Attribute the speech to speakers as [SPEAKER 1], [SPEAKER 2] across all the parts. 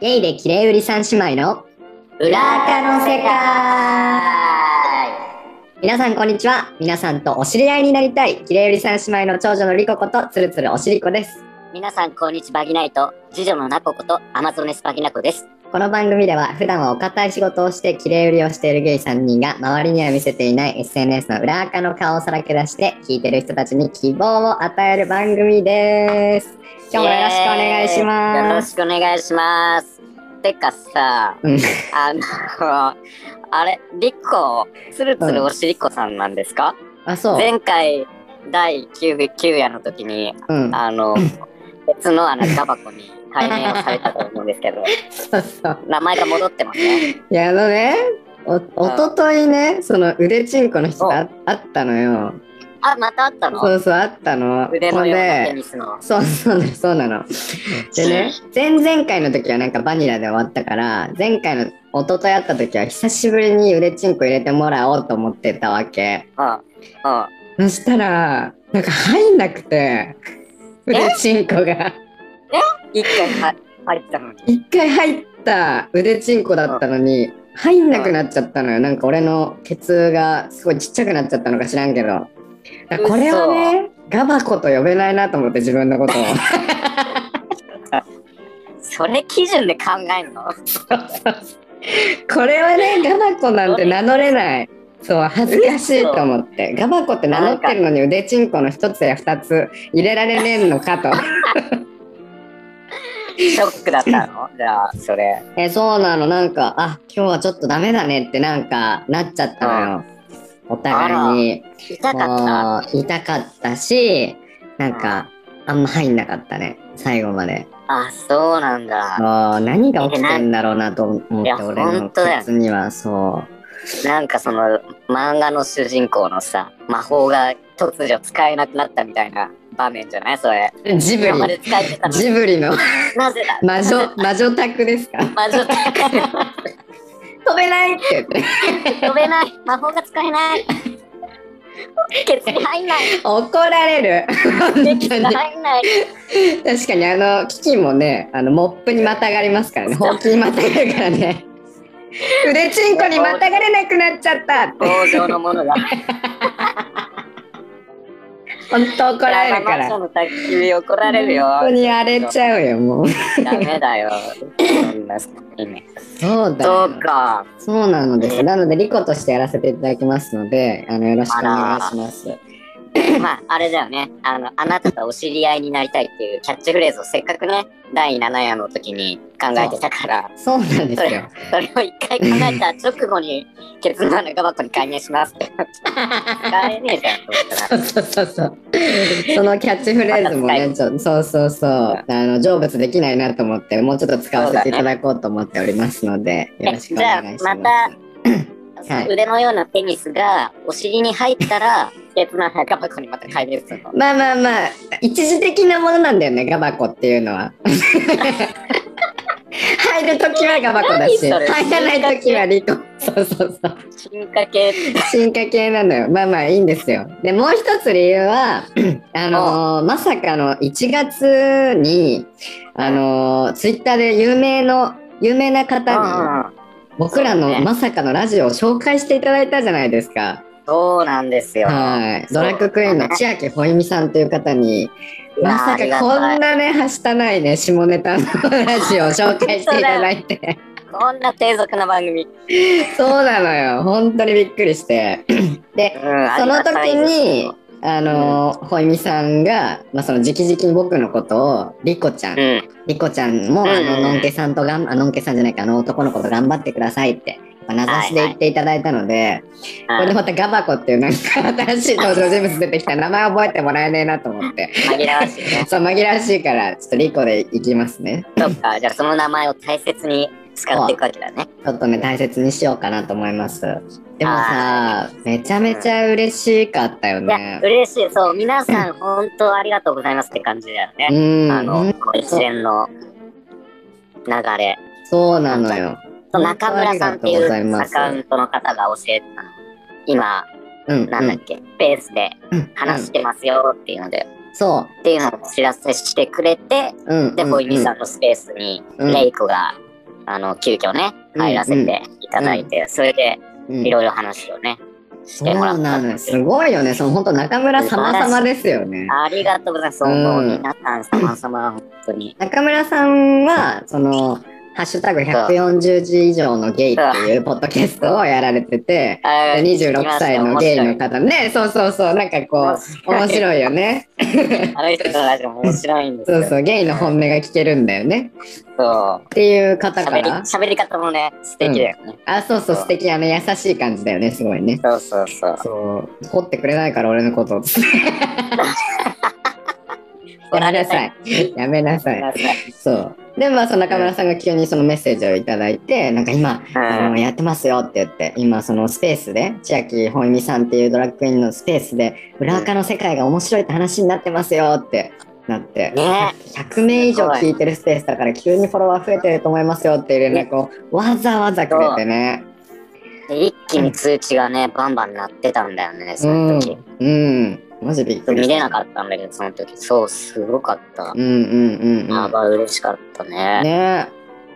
[SPEAKER 1] ゲイで綺麗売り三姉妹の裏垢の世界皆さんこんにちは皆さんとお知り合いになりたい綺麗売り三姉妹の長女のリコことつるつるおしりこです
[SPEAKER 2] 皆さん、こんにちは、バギナイト。次女のナコこと、アマゾネスバギナコです。
[SPEAKER 1] この番組では普段はお堅い仕事をして綺麗売りをしているゲイ3人が周りには見せていない SNS の裏垢の顔をさらけ出して聞いてる人たちに希望を与える番組です今日もよろしくお願いし
[SPEAKER 2] イエーイよ
[SPEAKER 1] ま
[SPEAKER 2] ろ
[SPEAKER 1] す
[SPEAKER 2] しくお願いします。てかさ、
[SPEAKER 1] うん
[SPEAKER 2] あの、 あれ、リッコ、つるつるおしりこさんなんですか、
[SPEAKER 1] あそう
[SPEAKER 2] 前回、第 9, 9夜の時に、
[SPEAKER 1] うん
[SPEAKER 2] あの、 別のあのガバコに改名をされたと思うんですけど、
[SPEAKER 1] そうそう
[SPEAKER 2] 名前が戻ってますね。
[SPEAKER 1] いやあのねおおとといねその腕ちんこの人がああったのよ
[SPEAKER 2] あ、またあったの
[SPEAKER 1] そうそうあったの
[SPEAKER 2] 腕
[SPEAKER 1] ほ
[SPEAKER 2] の
[SPEAKER 1] ん
[SPEAKER 2] ようなテ
[SPEAKER 1] で
[SPEAKER 2] ニスの。
[SPEAKER 1] そうそうなのそうなのでね、前々回の時はなんかバニラで終わったから、前回の一昨日会った時は久しぶりに腕チンコ入れてもらおうと思ってたわけ。
[SPEAKER 2] うん。うん。
[SPEAKER 1] そしたら、なんか入んなくて、腕チンコが。
[SPEAKER 2] 一回は入ったのに。
[SPEAKER 1] 一回入った腕チンコだったのに、入んなくなっちゃったのよ。なんか俺のケツがすごいちっちゃくなっちゃったのか知らんけど。だからこれはね、ガバコと呼べないなと思って自分のことを。
[SPEAKER 2] それ基準で考えるの
[SPEAKER 1] これはねガバコなんて名乗れないそう恥ずかしいと思ってガバコって名乗ってるのに腕チンコの一つや二つ入れられねえのかと
[SPEAKER 2] ショックだったのじゃあそれ
[SPEAKER 1] えそうなのなんかあ今日はちょっとダメだねってなんかなっちゃったのよお互いに
[SPEAKER 2] 痛かっ
[SPEAKER 1] もう痛かったしなんかあんま入んなかったね最後まで
[SPEAKER 2] たあそうなんだ
[SPEAKER 1] もう何が起きてんだろうなと思っ
[SPEAKER 2] い
[SPEAKER 1] て
[SPEAKER 2] や
[SPEAKER 1] 俺の
[SPEAKER 2] 本当だよ
[SPEAKER 1] 靴にはそう
[SPEAKER 2] なんかその漫画の主人公のさ魔法が突如使えなくなったみたいな場面じゃないそれ
[SPEAKER 1] ジブ
[SPEAKER 2] 今まで
[SPEAKER 1] リ
[SPEAKER 2] 使えてたのに
[SPEAKER 1] ジブリの
[SPEAKER 2] なぜだ
[SPEAKER 1] 魔 女魔女宅ですか
[SPEAKER 2] 魔女って
[SPEAKER 1] 飛べないって言 って
[SPEAKER 2] 飛べない魔法が使えないケツに入んない
[SPEAKER 1] 怒られる本当
[SPEAKER 2] ケ
[SPEAKER 1] に
[SPEAKER 2] ツに入 んない
[SPEAKER 1] 確かにあのキキもねあのモップにまたがりますからねほうきにまたがるから ね腕ちんこにまたがれなくなっちゃったって
[SPEAKER 2] 棒状のものが
[SPEAKER 1] 本当怒られるか
[SPEAKER 2] いや魔
[SPEAKER 1] ら
[SPEAKER 2] 女の卓球に怒られるよ
[SPEAKER 1] 本当に荒れちゃうよもう
[SPEAKER 2] ダメ だよそんなすごいね
[SPEAKER 1] そうだ
[SPEAKER 2] そ
[SPEAKER 1] よ
[SPEAKER 2] うか
[SPEAKER 1] そうなのですなのでリコとしてやらせていただきますのであのよろしくお願いします
[SPEAKER 2] まあ、あれだよね。あの、あなたとお知り合いになりたいっていうキャッチフレーズをせっかくね、第7夜の時に考えてたから、
[SPEAKER 1] そうなんですよ
[SPEAKER 2] それを一回考えた直後に、ケツの穴が箱に介入します って。使えねえじゃんと思った
[SPEAKER 1] そうそう
[SPEAKER 2] ら。
[SPEAKER 1] そうそう。そのキャッチフレーズもね、ちょそうそうそう、あの成仏できないなと思って、もうちょっと使わせていただこうと思っておりますので、よろしくお願いします。
[SPEAKER 2] じゃあまた、
[SPEAKER 1] はい
[SPEAKER 2] 腕のようなテニスがお尻に入ったら、 ケツの穴が箱にまた介入するの。
[SPEAKER 1] まあまあまあ、一時的なものなんだよね、ガバコっていうのは。 入るときはガバコだし、
[SPEAKER 2] 何そ
[SPEAKER 1] 入
[SPEAKER 2] れ
[SPEAKER 1] らないときはリコ。そうそうそう。
[SPEAKER 2] 進化系って
[SPEAKER 1] 進化系なのよ。まあまあいいんですよ。で、もう一つ理由 は、あのーまさかの1月に、あのーツイッターで有名の、有名な方に、
[SPEAKER 2] うん
[SPEAKER 1] 僕らの
[SPEAKER 2] そうね
[SPEAKER 1] まさかのラジオを紹介していただいたじゃないですか。
[SPEAKER 2] そうなんですよ。
[SPEAKER 1] はい。
[SPEAKER 2] そ
[SPEAKER 1] ド
[SPEAKER 2] う
[SPEAKER 1] ラッグクイーンの千秋ほいみさんという方に、
[SPEAKER 2] いやー
[SPEAKER 1] まさ
[SPEAKER 2] あり
[SPEAKER 1] か
[SPEAKER 2] がた
[SPEAKER 1] こ
[SPEAKER 2] い
[SPEAKER 1] んなね、はしたないね、下ネタのラジオを紹介していただいて。
[SPEAKER 2] こんな低俗な番組。
[SPEAKER 1] そうなのよ。本当にびっくりして。で、
[SPEAKER 2] うん
[SPEAKER 1] その時、に
[SPEAKER 2] ありがたいですよ、
[SPEAKER 1] あのー、ほいみさんが、まあ、その直々に僕のことを、リコちゃん、
[SPEAKER 2] うん。
[SPEAKER 1] リコちゃんも、あ
[SPEAKER 2] うんう
[SPEAKER 1] の、
[SPEAKER 2] ん
[SPEAKER 1] のんけさんとがん、あのんけさんじゃないか、あの男の子と頑張ってくださいって、まあ名指しで言っていただいたので、これでまたガバコっていうなんか新しい登場人物出てきたら名前覚えてもらえねえなと思って、
[SPEAKER 2] 紛らわしいね。
[SPEAKER 1] そう、紛らわしいから、ちょっとリコでいきますね。
[SPEAKER 2] そっか、じゃあその名前を大切に使っていくわけだね。
[SPEAKER 1] ちょっとね、大切にしようかなと思います。でもさ、めちゃめちゃ嬉しかったよ
[SPEAKER 2] いや、
[SPEAKER 1] ね。
[SPEAKER 2] 嬉しい。そう、皆さん本当ありがとうございますって感じだよ
[SPEAKER 1] う
[SPEAKER 2] ね。
[SPEAKER 1] ん、
[SPEAKER 2] あの、こう一連の流れ。
[SPEAKER 1] そうなのよ。
[SPEAKER 2] そう中村さんってい
[SPEAKER 1] ありがとうございうま
[SPEAKER 2] ア
[SPEAKER 1] す
[SPEAKER 2] カウントの方が教えてたの。今、
[SPEAKER 1] うん、
[SPEAKER 2] なんだっけ、スペースで
[SPEAKER 1] うん
[SPEAKER 2] 話してますよっていうので、
[SPEAKER 1] うんそ
[SPEAKER 2] っていうのを知らせしてくれて、
[SPEAKER 1] う。うん。
[SPEAKER 2] で、
[SPEAKER 1] うん
[SPEAKER 2] ボイミさんのスペースに、
[SPEAKER 1] うん
[SPEAKER 2] レイコがあの、急遽ね、
[SPEAKER 1] うん
[SPEAKER 2] 入らせていただいて、それで、
[SPEAKER 1] うん
[SPEAKER 2] いろいろ話をね、し
[SPEAKER 1] そう
[SPEAKER 2] てもらっ
[SPEAKER 1] な
[SPEAKER 2] たん
[SPEAKER 1] のよ
[SPEAKER 2] ですす。
[SPEAKER 1] ごいよね。その本当中村様様ですよね。
[SPEAKER 2] ありがとうございます。
[SPEAKER 1] うん
[SPEAKER 2] もう皆さん様々、本当に。
[SPEAKER 1] 中村さんは、その、ハッシュタグ140字以上のゲイっていうポッドキャストをやられてて、
[SPEAKER 2] あー
[SPEAKER 1] 26歳のゲイの方ね、そうそうそう、なんかこう、面
[SPEAKER 2] い。
[SPEAKER 1] 白いよね。
[SPEAKER 2] あの人のラジオも面白いんです
[SPEAKER 1] そ
[SPEAKER 2] よ。
[SPEAKER 1] うそう、ゲイの本音が聞けるんだよね。
[SPEAKER 2] そう
[SPEAKER 1] っていう方か
[SPEAKER 2] 喋り
[SPEAKER 1] ら。
[SPEAKER 2] 喋り方もね、素敵だよね。
[SPEAKER 1] あ、そうそう、素敵、あの、優しい感じだよね、すごいね。
[SPEAKER 2] そうそうそう。
[SPEAKER 1] そう、掘ってくれないから、俺のこと。やめなさい。やめなさい。
[SPEAKER 2] ごめんなさい
[SPEAKER 1] そう。で、まあ、その中村さんが急にそのメッセージをいただいて、なんか今、あ
[SPEAKER 2] う
[SPEAKER 1] の
[SPEAKER 2] ん
[SPEAKER 1] やってますよって言って、今、そのスペースで、千秋ほいみさんっていうドラッグクイーンのスペースで、裏垢の世界が面白いって話になってますよってなって、
[SPEAKER 2] ね
[SPEAKER 1] 100名以上聞いてるスペースだから、急にフォロワー増えてると思いますよっていう連絡をわざわざくれてね。
[SPEAKER 2] で一気に通知がね、バンバン鳴ってたんだよね、
[SPEAKER 1] う
[SPEAKER 2] そ
[SPEAKER 1] ん
[SPEAKER 2] の時。。
[SPEAKER 1] うん。マジびっくり
[SPEAKER 2] 見
[SPEAKER 1] した。
[SPEAKER 2] れなかったんだけど、その時。そう、すごかった。
[SPEAKER 1] うんうんうんうん。
[SPEAKER 2] やばい、嬉しかったね。
[SPEAKER 1] ね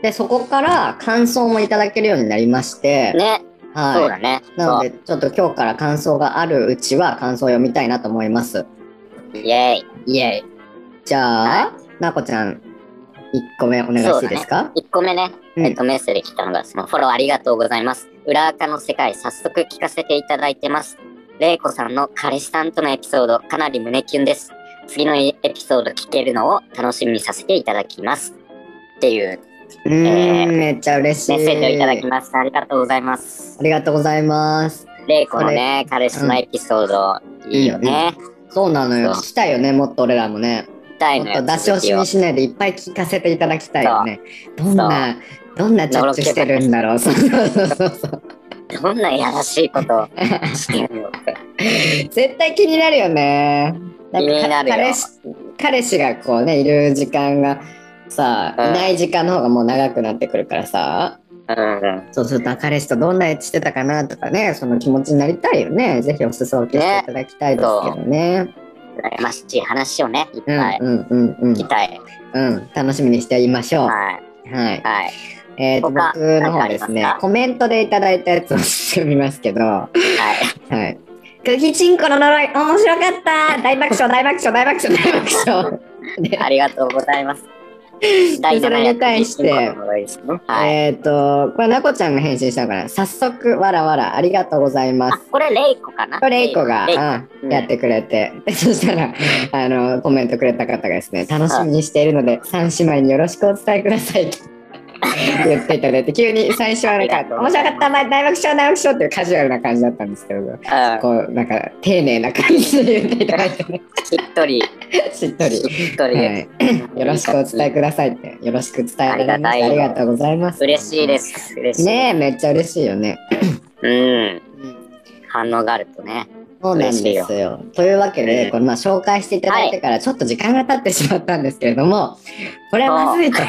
[SPEAKER 1] で、そこから感想もいただけるようになりまして、
[SPEAKER 2] ね、
[SPEAKER 1] はい。
[SPEAKER 2] そうだね。
[SPEAKER 1] なので、ちょっと今日から感想があるうちは感想を読みたいなと思います。
[SPEAKER 2] そうイェイ。
[SPEAKER 1] イェイ。じゃあ、なこちゃん、1個目お願いしていいですか
[SPEAKER 2] 1個目ね、
[SPEAKER 1] うん
[SPEAKER 2] えっと、メッセージ来たのが、そのフォローありがとうございます。裏垢の世界、早速聞かせていただいてます。玲子さんの彼氏さんとのエピソード、かなり胸キュンです。次のエピソード聞けるのを楽しみにさせていただきます。っていう
[SPEAKER 1] うーん、
[SPEAKER 2] えー
[SPEAKER 1] めっちゃ嬉しい。
[SPEAKER 2] メッセージをいただきました。ありがとうございます。
[SPEAKER 1] ありがとうございます。
[SPEAKER 2] 玲子のね、彼氏のエピソード、いいよね。
[SPEAKER 1] そうなのよ。
[SPEAKER 2] そう
[SPEAKER 1] 聞きたいよね、もっと俺らもね。
[SPEAKER 2] 痛い
[SPEAKER 1] も
[SPEAKER 2] の
[SPEAKER 1] っと
[SPEAKER 2] よ。
[SPEAKER 1] 出し惜しみしないでいっぱい聞かせていただきたいよね。どんな、どんなチャッチしてるんだろう。そうそうそう そう。
[SPEAKER 2] 続きをどんないやらしいこ とをしてるのって。
[SPEAKER 1] 絶対気になるよね。んか
[SPEAKER 2] 気になるよ
[SPEAKER 1] 彼氏彼氏がこうねいる時間がさ、
[SPEAKER 2] うん
[SPEAKER 1] いない時間の方がもう長くなってくるからさ
[SPEAKER 2] うん。
[SPEAKER 1] そうすると彼氏とどんなエッチしてたかなとかねその気持ちになりたいよねぜひお裾分けしていただきたいですけどね
[SPEAKER 2] 羨ましい話をね、いっぱい
[SPEAKER 1] うんうんうん
[SPEAKER 2] 聞きたい。
[SPEAKER 1] うん、うん、楽しみにしていましょうは
[SPEAKER 2] はい。
[SPEAKER 1] い、
[SPEAKER 2] はい。
[SPEAKER 1] えー、と
[SPEAKER 2] 他
[SPEAKER 1] 僕の方です
[SPEAKER 2] なんかありま
[SPEAKER 1] ね
[SPEAKER 2] すか
[SPEAKER 1] コメントでいただいたやつをしてみますけど
[SPEAKER 2] はい。
[SPEAKER 1] はい。クギチンコの呪い、面白かった大爆笑、大爆笑、大爆笑、大爆笑。 で
[SPEAKER 2] ありがとうございます。
[SPEAKER 1] でそれに対して
[SPEAKER 2] 第700の呪いですねはい。
[SPEAKER 1] えっ、と、これ、なこちゃんが返信したのかな。早速、わらわら、ありがとうございま
[SPEAKER 2] あ
[SPEAKER 1] す。、
[SPEAKER 2] これ、レイコかな
[SPEAKER 1] これ、レイコが、
[SPEAKER 2] レイコ
[SPEAKER 1] あ
[SPEAKER 2] うん
[SPEAKER 1] やってくれて、 そしたら、あの、コメントくれた方がですね、楽しみにしているので、三姉妹によろしくお伝えください と言っていただいて、急に最初はなん
[SPEAKER 2] ありがと
[SPEAKER 1] か、
[SPEAKER 2] うご
[SPEAKER 1] 面
[SPEAKER 2] ざ
[SPEAKER 1] 白
[SPEAKER 2] い
[SPEAKER 1] か
[SPEAKER 2] ます
[SPEAKER 1] った、大爆笑、大爆笑っていうカジュアルな感じだったんですけど、
[SPEAKER 2] うん
[SPEAKER 1] こう、なんか、丁寧な感じで言っていただいてね、
[SPEAKER 2] しっとり、
[SPEAKER 1] しっとり。
[SPEAKER 2] しっとり
[SPEAKER 1] は
[SPEAKER 2] で
[SPEAKER 1] いよろしくお伝えくださいって。よろしく伝えられました。あ
[SPEAKER 2] あ
[SPEAKER 1] り
[SPEAKER 2] り
[SPEAKER 1] が
[SPEAKER 2] が
[SPEAKER 1] とうございます。
[SPEAKER 2] 嬉しいです。嬉しい。
[SPEAKER 1] ねえ、めっちゃ嬉しいよね。
[SPEAKER 2] うん。反応があるとね。
[SPEAKER 1] そうなんで
[SPEAKER 2] 嬉
[SPEAKER 1] すよ。というわけで、
[SPEAKER 2] うん
[SPEAKER 1] このまあ紹介していただいてからちょっと時間が経ってしまったんですけれど も、これはまずいと、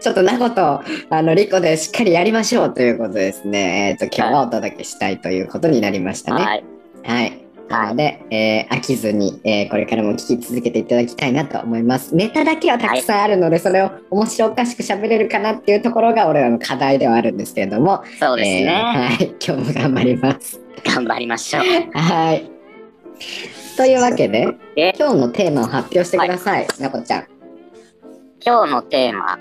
[SPEAKER 1] ちょっとなこと、あの、リコでしっかりやりましょうということですね。えっ、と、今日はお届けしたいということになりましたね。
[SPEAKER 2] はい。
[SPEAKER 1] はい。なので、えー飽きずに、えーこれからも聞き続けていただきたいなと思います。ネタだけはたくさんあるので、それを面白おかしく喋れるかなっていうところが俺らの課題ではあるんですけれども、
[SPEAKER 2] そうです
[SPEAKER 1] えー
[SPEAKER 2] ね。
[SPEAKER 1] はい、今日も頑張ります。
[SPEAKER 2] 頑張りましょう。
[SPEAKER 1] はい。というわけで、
[SPEAKER 2] で、
[SPEAKER 1] 今日のテーマを発表してください、なこちゃん。
[SPEAKER 2] 今日のテーマ、あ、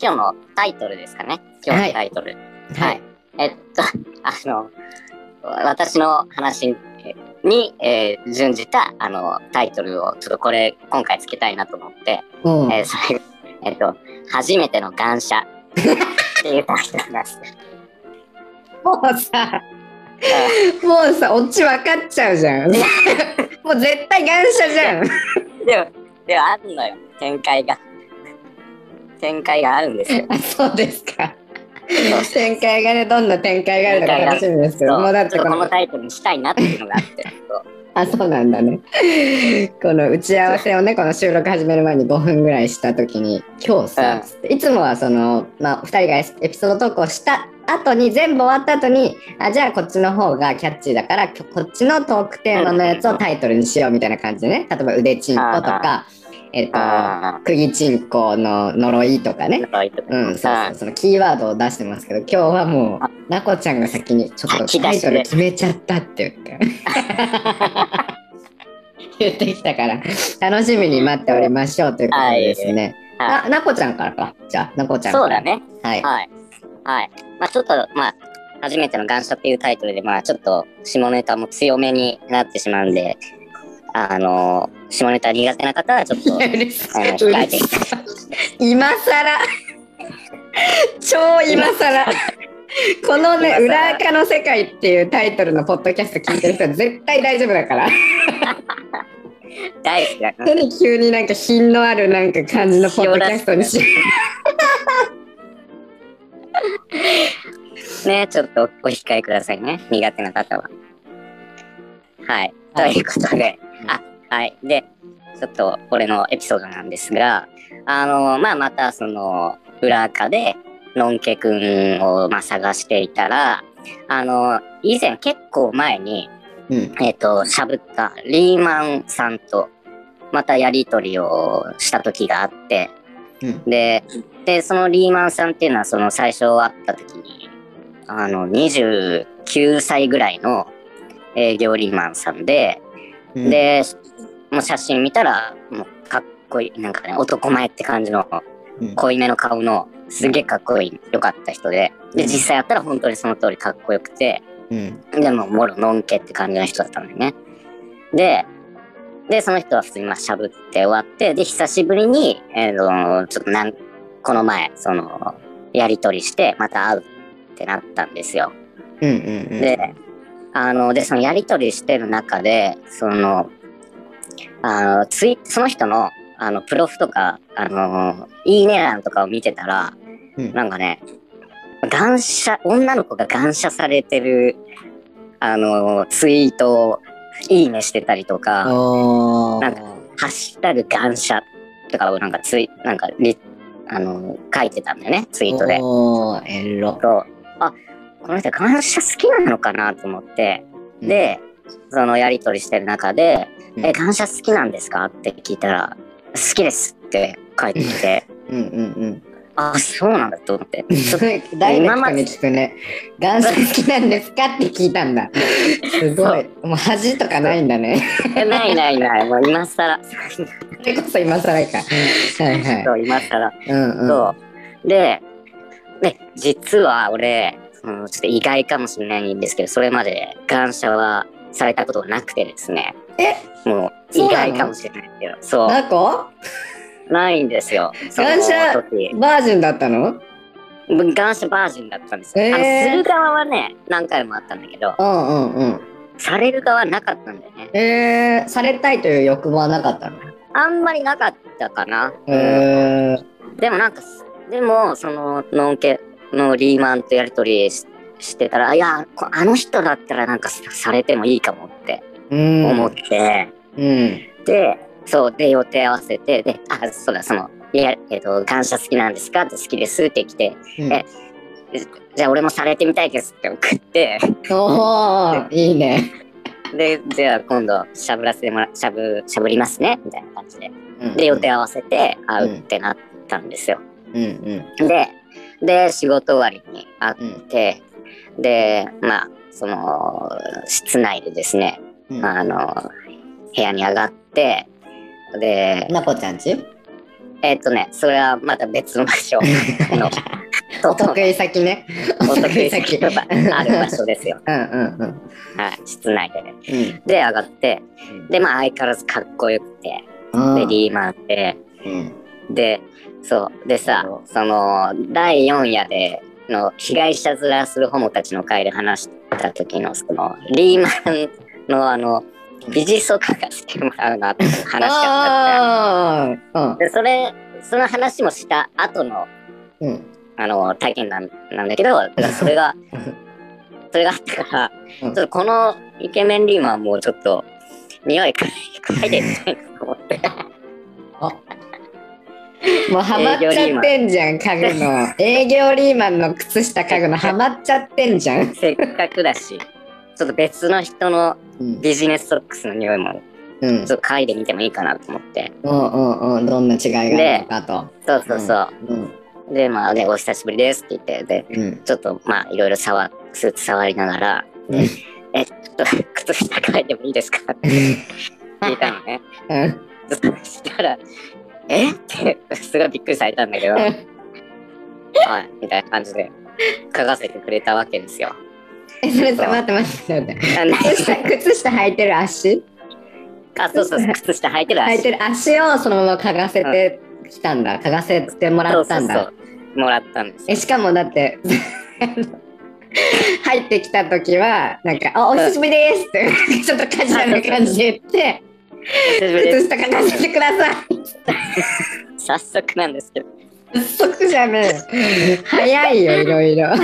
[SPEAKER 2] 今日のタイトルですかね。今日のタイトル。
[SPEAKER 1] は
[SPEAKER 2] はいい。えっと、あの、私の話に、えー準じた、あの、タイトルを、ちょっとこれ、今回つけたいなと思って、
[SPEAKER 1] うん
[SPEAKER 2] えーそれ、えっと、初めての感謝っていうタイトルなんです。
[SPEAKER 1] もうさ、もうさ、オチ分かっちゃうじ ゃん。もう絶対感謝じゃん。
[SPEAKER 2] でも、でもあるのよ、展開が。展開があるんですよ。
[SPEAKER 1] あそうです か
[SPEAKER 2] そう。
[SPEAKER 1] 展開がね、どんな展開があるのか楽しみですけど、もうだって
[SPEAKER 2] ちょっ
[SPEAKER 1] こと
[SPEAKER 2] この
[SPEAKER 1] の、
[SPEAKER 2] タイトルにしたいなっていうのがあ って。そう
[SPEAKER 1] あ、そうなんだね。この打ち合わせをね、この収録始める前に5分ぐらいした時に、今日さ、いつもはその、まあ、2人がエピソード投稿した後に、全部終わった後に、あ、じゃあこっちの方がキャッチーだから、きょこっちのトークテーマのやつをタイトルにしようみたいな感じでね、例えば腕チンコとか、えっ、と、
[SPEAKER 2] あ
[SPEAKER 1] 釘チンコの呪いとか
[SPEAKER 2] あ、
[SPEAKER 1] ね
[SPEAKER 2] なん。かいいとこ
[SPEAKER 1] うん、そう
[SPEAKER 2] あ
[SPEAKER 1] そう、そのキーワードを出してますけど、今日はも
[SPEAKER 2] あ
[SPEAKER 1] う、なこちゃんが先に、ちょっと
[SPEAKER 2] 吐き
[SPEAKER 1] タ
[SPEAKER 2] 出
[SPEAKER 1] イ
[SPEAKER 2] し
[SPEAKER 1] ト
[SPEAKER 2] て
[SPEAKER 1] ル決めちゃったって言って。 言ってきたから、楽しみに待っておりましょうということでですね。
[SPEAKER 2] はい
[SPEAKER 1] あ、なこちゃんからか。じゃあ、なこちゃんから。
[SPEAKER 2] そうだ。ね。
[SPEAKER 1] はい。
[SPEAKER 2] はい。はい。まあちょっと、まあ、初めての願書っていうタイトルで、まあちょっと下ネタも強めになってしまうんで、あの下ネタ苦手な方はちょっ と、
[SPEAKER 1] うるさい
[SPEAKER 2] あの控えて
[SPEAKER 1] 今さら 超今さらこのね「
[SPEAKER 2] 今更
[SPEAKER 1] 裏垢の世界」っていうタイトルのポッドキャスト聞いてる人は絶対大丈夫だから
[SPEAKER 2] 大好きだから
[SPEAKER 1] 何急に なんか品のあるなんか感じのポッドキャストにし
[SPEAKER 2] ね、ちょっとお控えくださいね。苦手な方は。はい。と
[SPEAKER 1] はい
[SPEAKER 2] いうことで、あ、はい。で、ちょっと俺のエピソードなんですが、あの、まあ、またその、裏垢で、のんけくんを、まあ、探していたら、あの、以前結構前に、
[SPEAKER 1] うん
[SPEAKER 2] えっ、と、しゃぶったリーマンさんと、またやりとりをした時があって、
[SPEAKER 1] うん
[SPEAKER 2] で、で、そのリーマンさんっていうのは、その最初会った時に、あの、29歳ぐらいの営業リーマンさんで、
[SPEAKER 1] うん
[SPEAKER 2] で、もう写真見たら、もうかっこいい、なんかね、男前って感じの、
[SPEAKER 1] うん
[SPEAKER 2] 濃いめの顔の、すげえかっこいい、良かった人で、で、
[SPEAKER 1] うん
[SPEAKER 2] 実際会ったら本当にその通りかっこよくて、
[SPEAKER 1] うん
[SPEAKER 2] でも、もろのんけって感じの人だったんだよね。で、で、その人は普通にまあしゃぶって終わって、で、久しぶりに、えーのちょっとなん、この前、その、やりとりして、また会うってなったんですよ。
[SPEAKER 1] うんうんうん
[SPEAKER 2] で、あの、で、そのやりとりしてる中で、その、あの、ツイその人の、あの、プロフとか、あの、いいね欄とかを見てたら、
[SPEAKER 1] うん
[SPEAKER 2] なんかね、感謝、女の子が感謝されてる、あの、ツイートを、いいねしてたりとか、
[SPEAKER 1] おー
[SPEAKER 2] なんハッシュタグ感謝とかをなんかツイ、なんかリ、あの、書いてたんだよね、ツイートで。
[SPEAKER 1] おーエロ
[SPEAKER 2] と、あ、この人感謝好きなのかなと思って、で、そのやり取りしてる中で、
[SPEAKER 1] うん
[SPEAKER 2] え、感謝好きなんですかって聞いたら、好きですって返ってきて、
[SPEAKER 1] うんうんうん
[SPEAKER 2] あ、そうなんだと思って。ちょっと
[SPEAKER 1] ダイレクトに聞くね。ガンさん好きなんですかって聞いたんだ。 すごい。もう恥とかないんだね。
[SPEAKER 2] えないないない、もう今更、
[SPEAKER 1] それこそ今更か。はいはい。
[SPEAKER 2] そう今更、
[SPEAKER 1] うんうん。
[SPEAKER 2] そう。で、で、実は俺、そのちょっと意外かもしれないんですけど、それまで感謝はされたことがなくてですね。
[SPEAKER 1] え
[SPEAKER 2] もう
[SPEAKER 1] そ
[SPEAKER 2] 意
[SPEAKER 1] うなの
[SPEAKER 2] 外かもしれないけど、そう。
[SPEAKER 1] ナコ
[SPEAKER 2] ないんですよ。その
[SPEAKER 1] 感謝
[SPEAKER 2] 時
[SPEAKER 1] バージンだったの
[SPEAKER 2] ガンシャバージンだったんですよ。
[SPEAKER 1] えー
[SPEAKER 2] あのする側はね、何回もあったんだけど、
[SPEAKER 1] うんうんうん。
[SPEAKER 2] される側はなかったんだよね。
[SPEAKER 1] えー、されたいという欲望はなかったの
[SPEAKER 2] あんまりなかったかな。
[SPEAKER 1] えー、
[SPEAKER 2] でもなんか、でも、その、のんけのリーマンとやりとりししてたら、いや、こあの人だったらなんかさされてもいいかもって
[SPEAKER 1] うん。
[SPEAKER 2] 思って、
[SPEAKER 1] うん。
[SPEAKER 2] で、そう、で、予定合わせて、で、あ、そうだ、その、いや、えっ、と、感謝好きなんですかって好きですって来て、えじゃあ俺もされてみたいですって送って、
[SPEAKER 1] おー、いいね。
[SPEAKER 2] で、じゃあ今度、しゃぶらせてもら、しゃぶ、しゃぶりますね、みたいな感じで。で、予定合わせて会うってなったんですよ。
[SPEAKER 1] うんうん
[SPEAKER 2] で、で、仕事終わりに会
[SPEAKER 1] うん
[SPEAKER 2] って、で、まあ、その、室内でですね、
[SPEAKER 1] うん。
[SPEAKER 2] あの、部屋に上がって、で、
[SPEAKER 1] ナコちゃんち
[SPEAKER 2] えっ、とね、それはまた別の場所 の、
[SPEAKER 1] お得意先ね。
[SPEAKER 2] お得意先
[SPEAKER 1] お得意先
[SPEAKER 2] ある場所ですよ。
[SPEAKER 1] うんうんうん。
[SPEAKER 2] はい、室内で。
[SPEAKER 1] うん。
[SPEAKER 2] で、上がって、で、まあ、相変わらずかっこよくて、
[SPEAKER 1] うん
[SPEAKER 2] で、リーマンで、
[SPEAKER 1] うん
[SPEAKER 2] で、そう。で
[SPEAKER 1] な
[SPEAKER 2] さ
[SPEAKER 1] るほど、
[SPEAKER 2] その、第4夜で、の、被害者面するホモたちの会で話した時の、その、リーマンの、あの、美人相関がしてもらうなっていう話があっ
[SPEAKER 1] ああ
[SPEAKER 2] たで、それ、その話もした後の、
[SPEAKER 1] うんうん
[SPEAKER 2] あの、体験談なんだけど、だからそれ が、それがあったから、ち
[SPEAKER 1] う
[SPEAKER 2] ょ
[SPEAKER 1] ん
[SPEAKER 2] っとこのイケメンリーマンはもうちょっと、匂い嗅いでみたいなと思って。
[SPEAKER 1] もうハマっちゃってんじゃん家具の営業リーマンの靴下家具のハマっちゃってんじゃん、
[SPEAKER 2] せっかくだし、ちょっと別の人の
[SPEAKER 1] うん
[SPEAKER 2] ビジネスソックスの匂いも
[SPEAKER 1] うん
[SPEAKER 2] ちょっと嗅いでみてもいいかなと思って。
[SPEAKER 1] うんうんうんどんな違いがあるのかと
[SPEAKER 2] そうそうそう。
[SPEAKER 1] うん
[SPEAKER 2] で、まあ、で、お久しぶりですって言って、で、
[SPEAKER 1] うん
[SPEAKER 2] ちょっと、まあ、いろいろ触、スーツ触りながら、
[SPEAKER 1] うん
[SPEAKER 2] え、ちょっと、靴下変えてもいいですかって聞いたのね。
[SPEAKER 1] うん
[SPEAKER 2] そしたら、えって、すごいびっくりされたんだけど、はい、みたいな感じで、書かせてくれたわけですよ。
[SPEAKER 1] えそれさ待って待って待って
[SPEAKER 2] あ の
[SPEAKER 1] 靴下靴下履いてる足
[SPEAKER 2] あ、そうそう、靴下履いてる
[SPEAKER 1] 履いてる足をそのまま嗅がせてきたんだ嗅がせてもらったんだ
[SPEAKER 2] そうそうそうもらったんですよ
[SPEAKER 1] えしかもだって 入ってきた時はなんか「あお久しぶりです」って ちょっとカジュアルな感じで言って
[SPEAKER 2] 久し
[SPEAKER 1] 「
[SPEAKER 2] ぶりで
[SPEAKER 1] 靴下書かせてください
[SPEAKER 2] す早速なんですけど、」
[SPEAKER 1] 早速じゃねえ早いよいろいろうん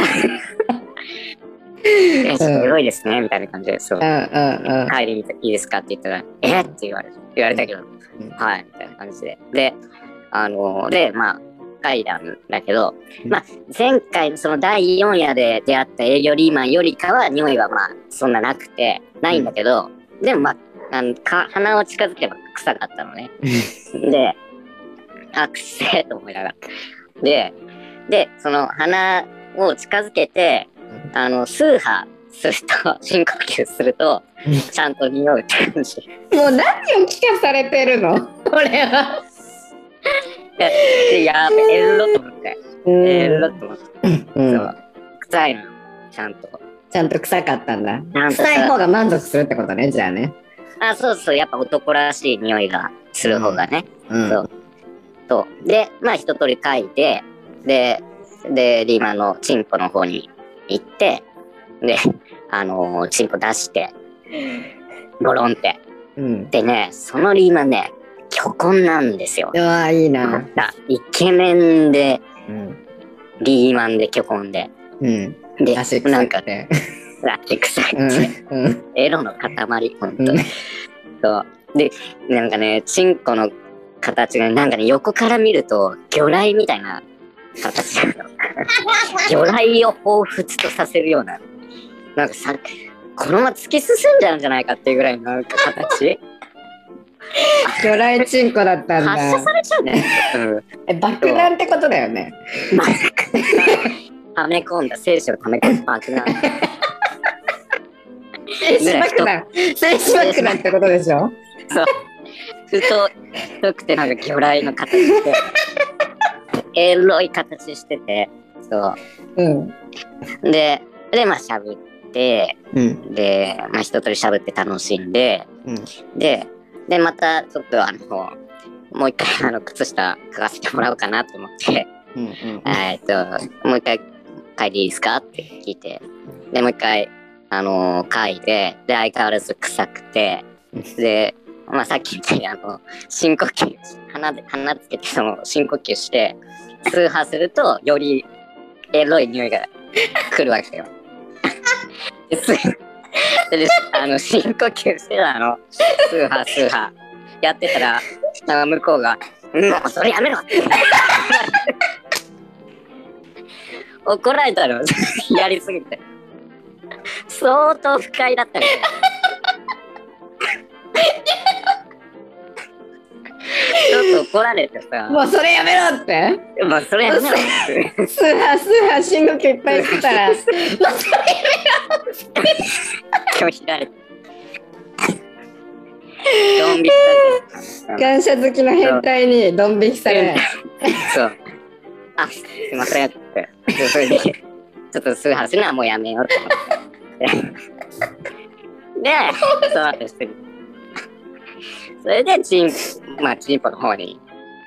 [SPEAKER 2] えすごいですね、みたいな感じで、そう
[SPEAKER 1] う。ん
[SPEAKER 2] 入りいいですかって言ったら、えって言われ言われたけど、
[SPEAKER 1] うん
[SPEAKER 2] はい、みたいな感じで。で、あので、まあ、回なんだけど、まあ、前回のその第4夜で出会った営業リーマンよりかは、匂いはまあ、そんななくて、ないんだけど、でもまあ、あのか鼻を近づけば臭かったのね。で、あ、くせえと思いながら。で、で、その鼻を近づけて、あの、数波すると、深呼吸すると、ちゃんと匂うって感じ。
[SPEAKER 1] うんもう何を聞かされてるのこれは
[SPEAKER 2] で、やべえ、えろと思って。
[SPEAKER 1] うん
[SPEAKER 2] えろと思って。
[SPEAKER 1] うん
[SPEAKER 2] そう臭いのよ、ちゃんと。
[SPEAKER 1] ちゃんと臭かったんだ
[SPEAKER 2] なんと
[SPEAKER 1] 臭い方が満足するってことねじゃあね
[SPEAKER 2] あ、そうそう、やっぱ男らしい匂いがする方がね。
[SPEAKER 1] うん
[SPEAKER 2] そうそう。で、まあ一通り書いて、で、で、リーマンのチンポの方に行って、で、あのーチンポ出して、ゴロンって。
[SPEAKER 1] うん
[SPEAKER 2] でね、そのリーマンね、巨根なんですよ
[SPEAKER 1] う。わいい
[SPEAKER 2] ま
[SPEAKER 1] な
[SPEAKER 2] たイケメンで、
[SPEAKER 1] うん
[SPEAKER 2] リーマンで巨根で。
[SPEAKER 1] うん
[SPEAKER 2] で、
[SPEAKER 1] 足
[SPEAKER 2] な
[SPEAKER 1] 臭
[SPEAKER 2] んか
[SPEAKER 1] く、て
[SPEAKER 2] ラッキー臭いって。
[SPEAKER 1] うんうん
[SPEAKER 2] エロの塊、ほんと
[SPEAKER 1] うん
[SPEAKER 2] ね。そう。で、なんかね、チンコの形が、なんかね、横から見ると、魚雷みたいな形なの。魚雷を彷彿とさせるような。なんかさ、このまま突き進んじゃうんじゃないかっていうぐらいのなんか形。
[SPEAKER 1] 魚雷チンコだったん
[SPEAKER 2] 発射さ
[SPEAKER 1] だ。
[SPEAKER 2] れちゃうね。うん。
[SPEAKER 1] え爆弾ってことだよね。
[SPEAKER 2] まさか。はめ込んだ、精子をはめ込んだ爆弾。
[SPEAKER 1] 精子爆弾。精子爆弾ってことでしょ。
[SPEAKER 2] 太太くてなんか魚雷の形でエロい形しててそ
[SPEAKER 1] うん。
[SPEAKER 2] うででまあしゃぶって
[SPEAKER 1] うん。
[SPEAKER 2] でまあ一通りしゃぶって楽しんで
[SPEAKER 1] うん。
[SPEAKER 2] ででまたちょっとあのもう一回あの靴下嗅がせてもらおうかなと 思って
[SPEAKER 1] うん。うん。
[SPEAKER 2] えっともう一回嗅いでいいですかって聞いてでもう一回あのー嗅いでで相変わらず臭くてで、まあ、さっきみたいにあの深呼吸鼻で鼻つけてその深呼吸して通波するとよりエロい匂いが来るわけよ。ですであの深呼吸してたの通波通波やってたらあの向こうが「もうそれやめろ!」怒られたのやりすぎて相当不快だったみたいちょっと怒られてさ
[SPEAKER 1] もうそれやめろって。
[SPEAKER 2] まあそれやめろって
[SPEAKER 1] スーハースーハー深呼吸いっぱいしてたら。もうそれ
[SPEAKER 2] 拒否られてドン引きされて
[SPEAKER 1] 感謝好きの変態にドン引きされない。
[SPEAKER 2] そうあすいませんってそれでちょっと数発するのはもうやめようと思ってでその後してそれでチンまあチンポの方に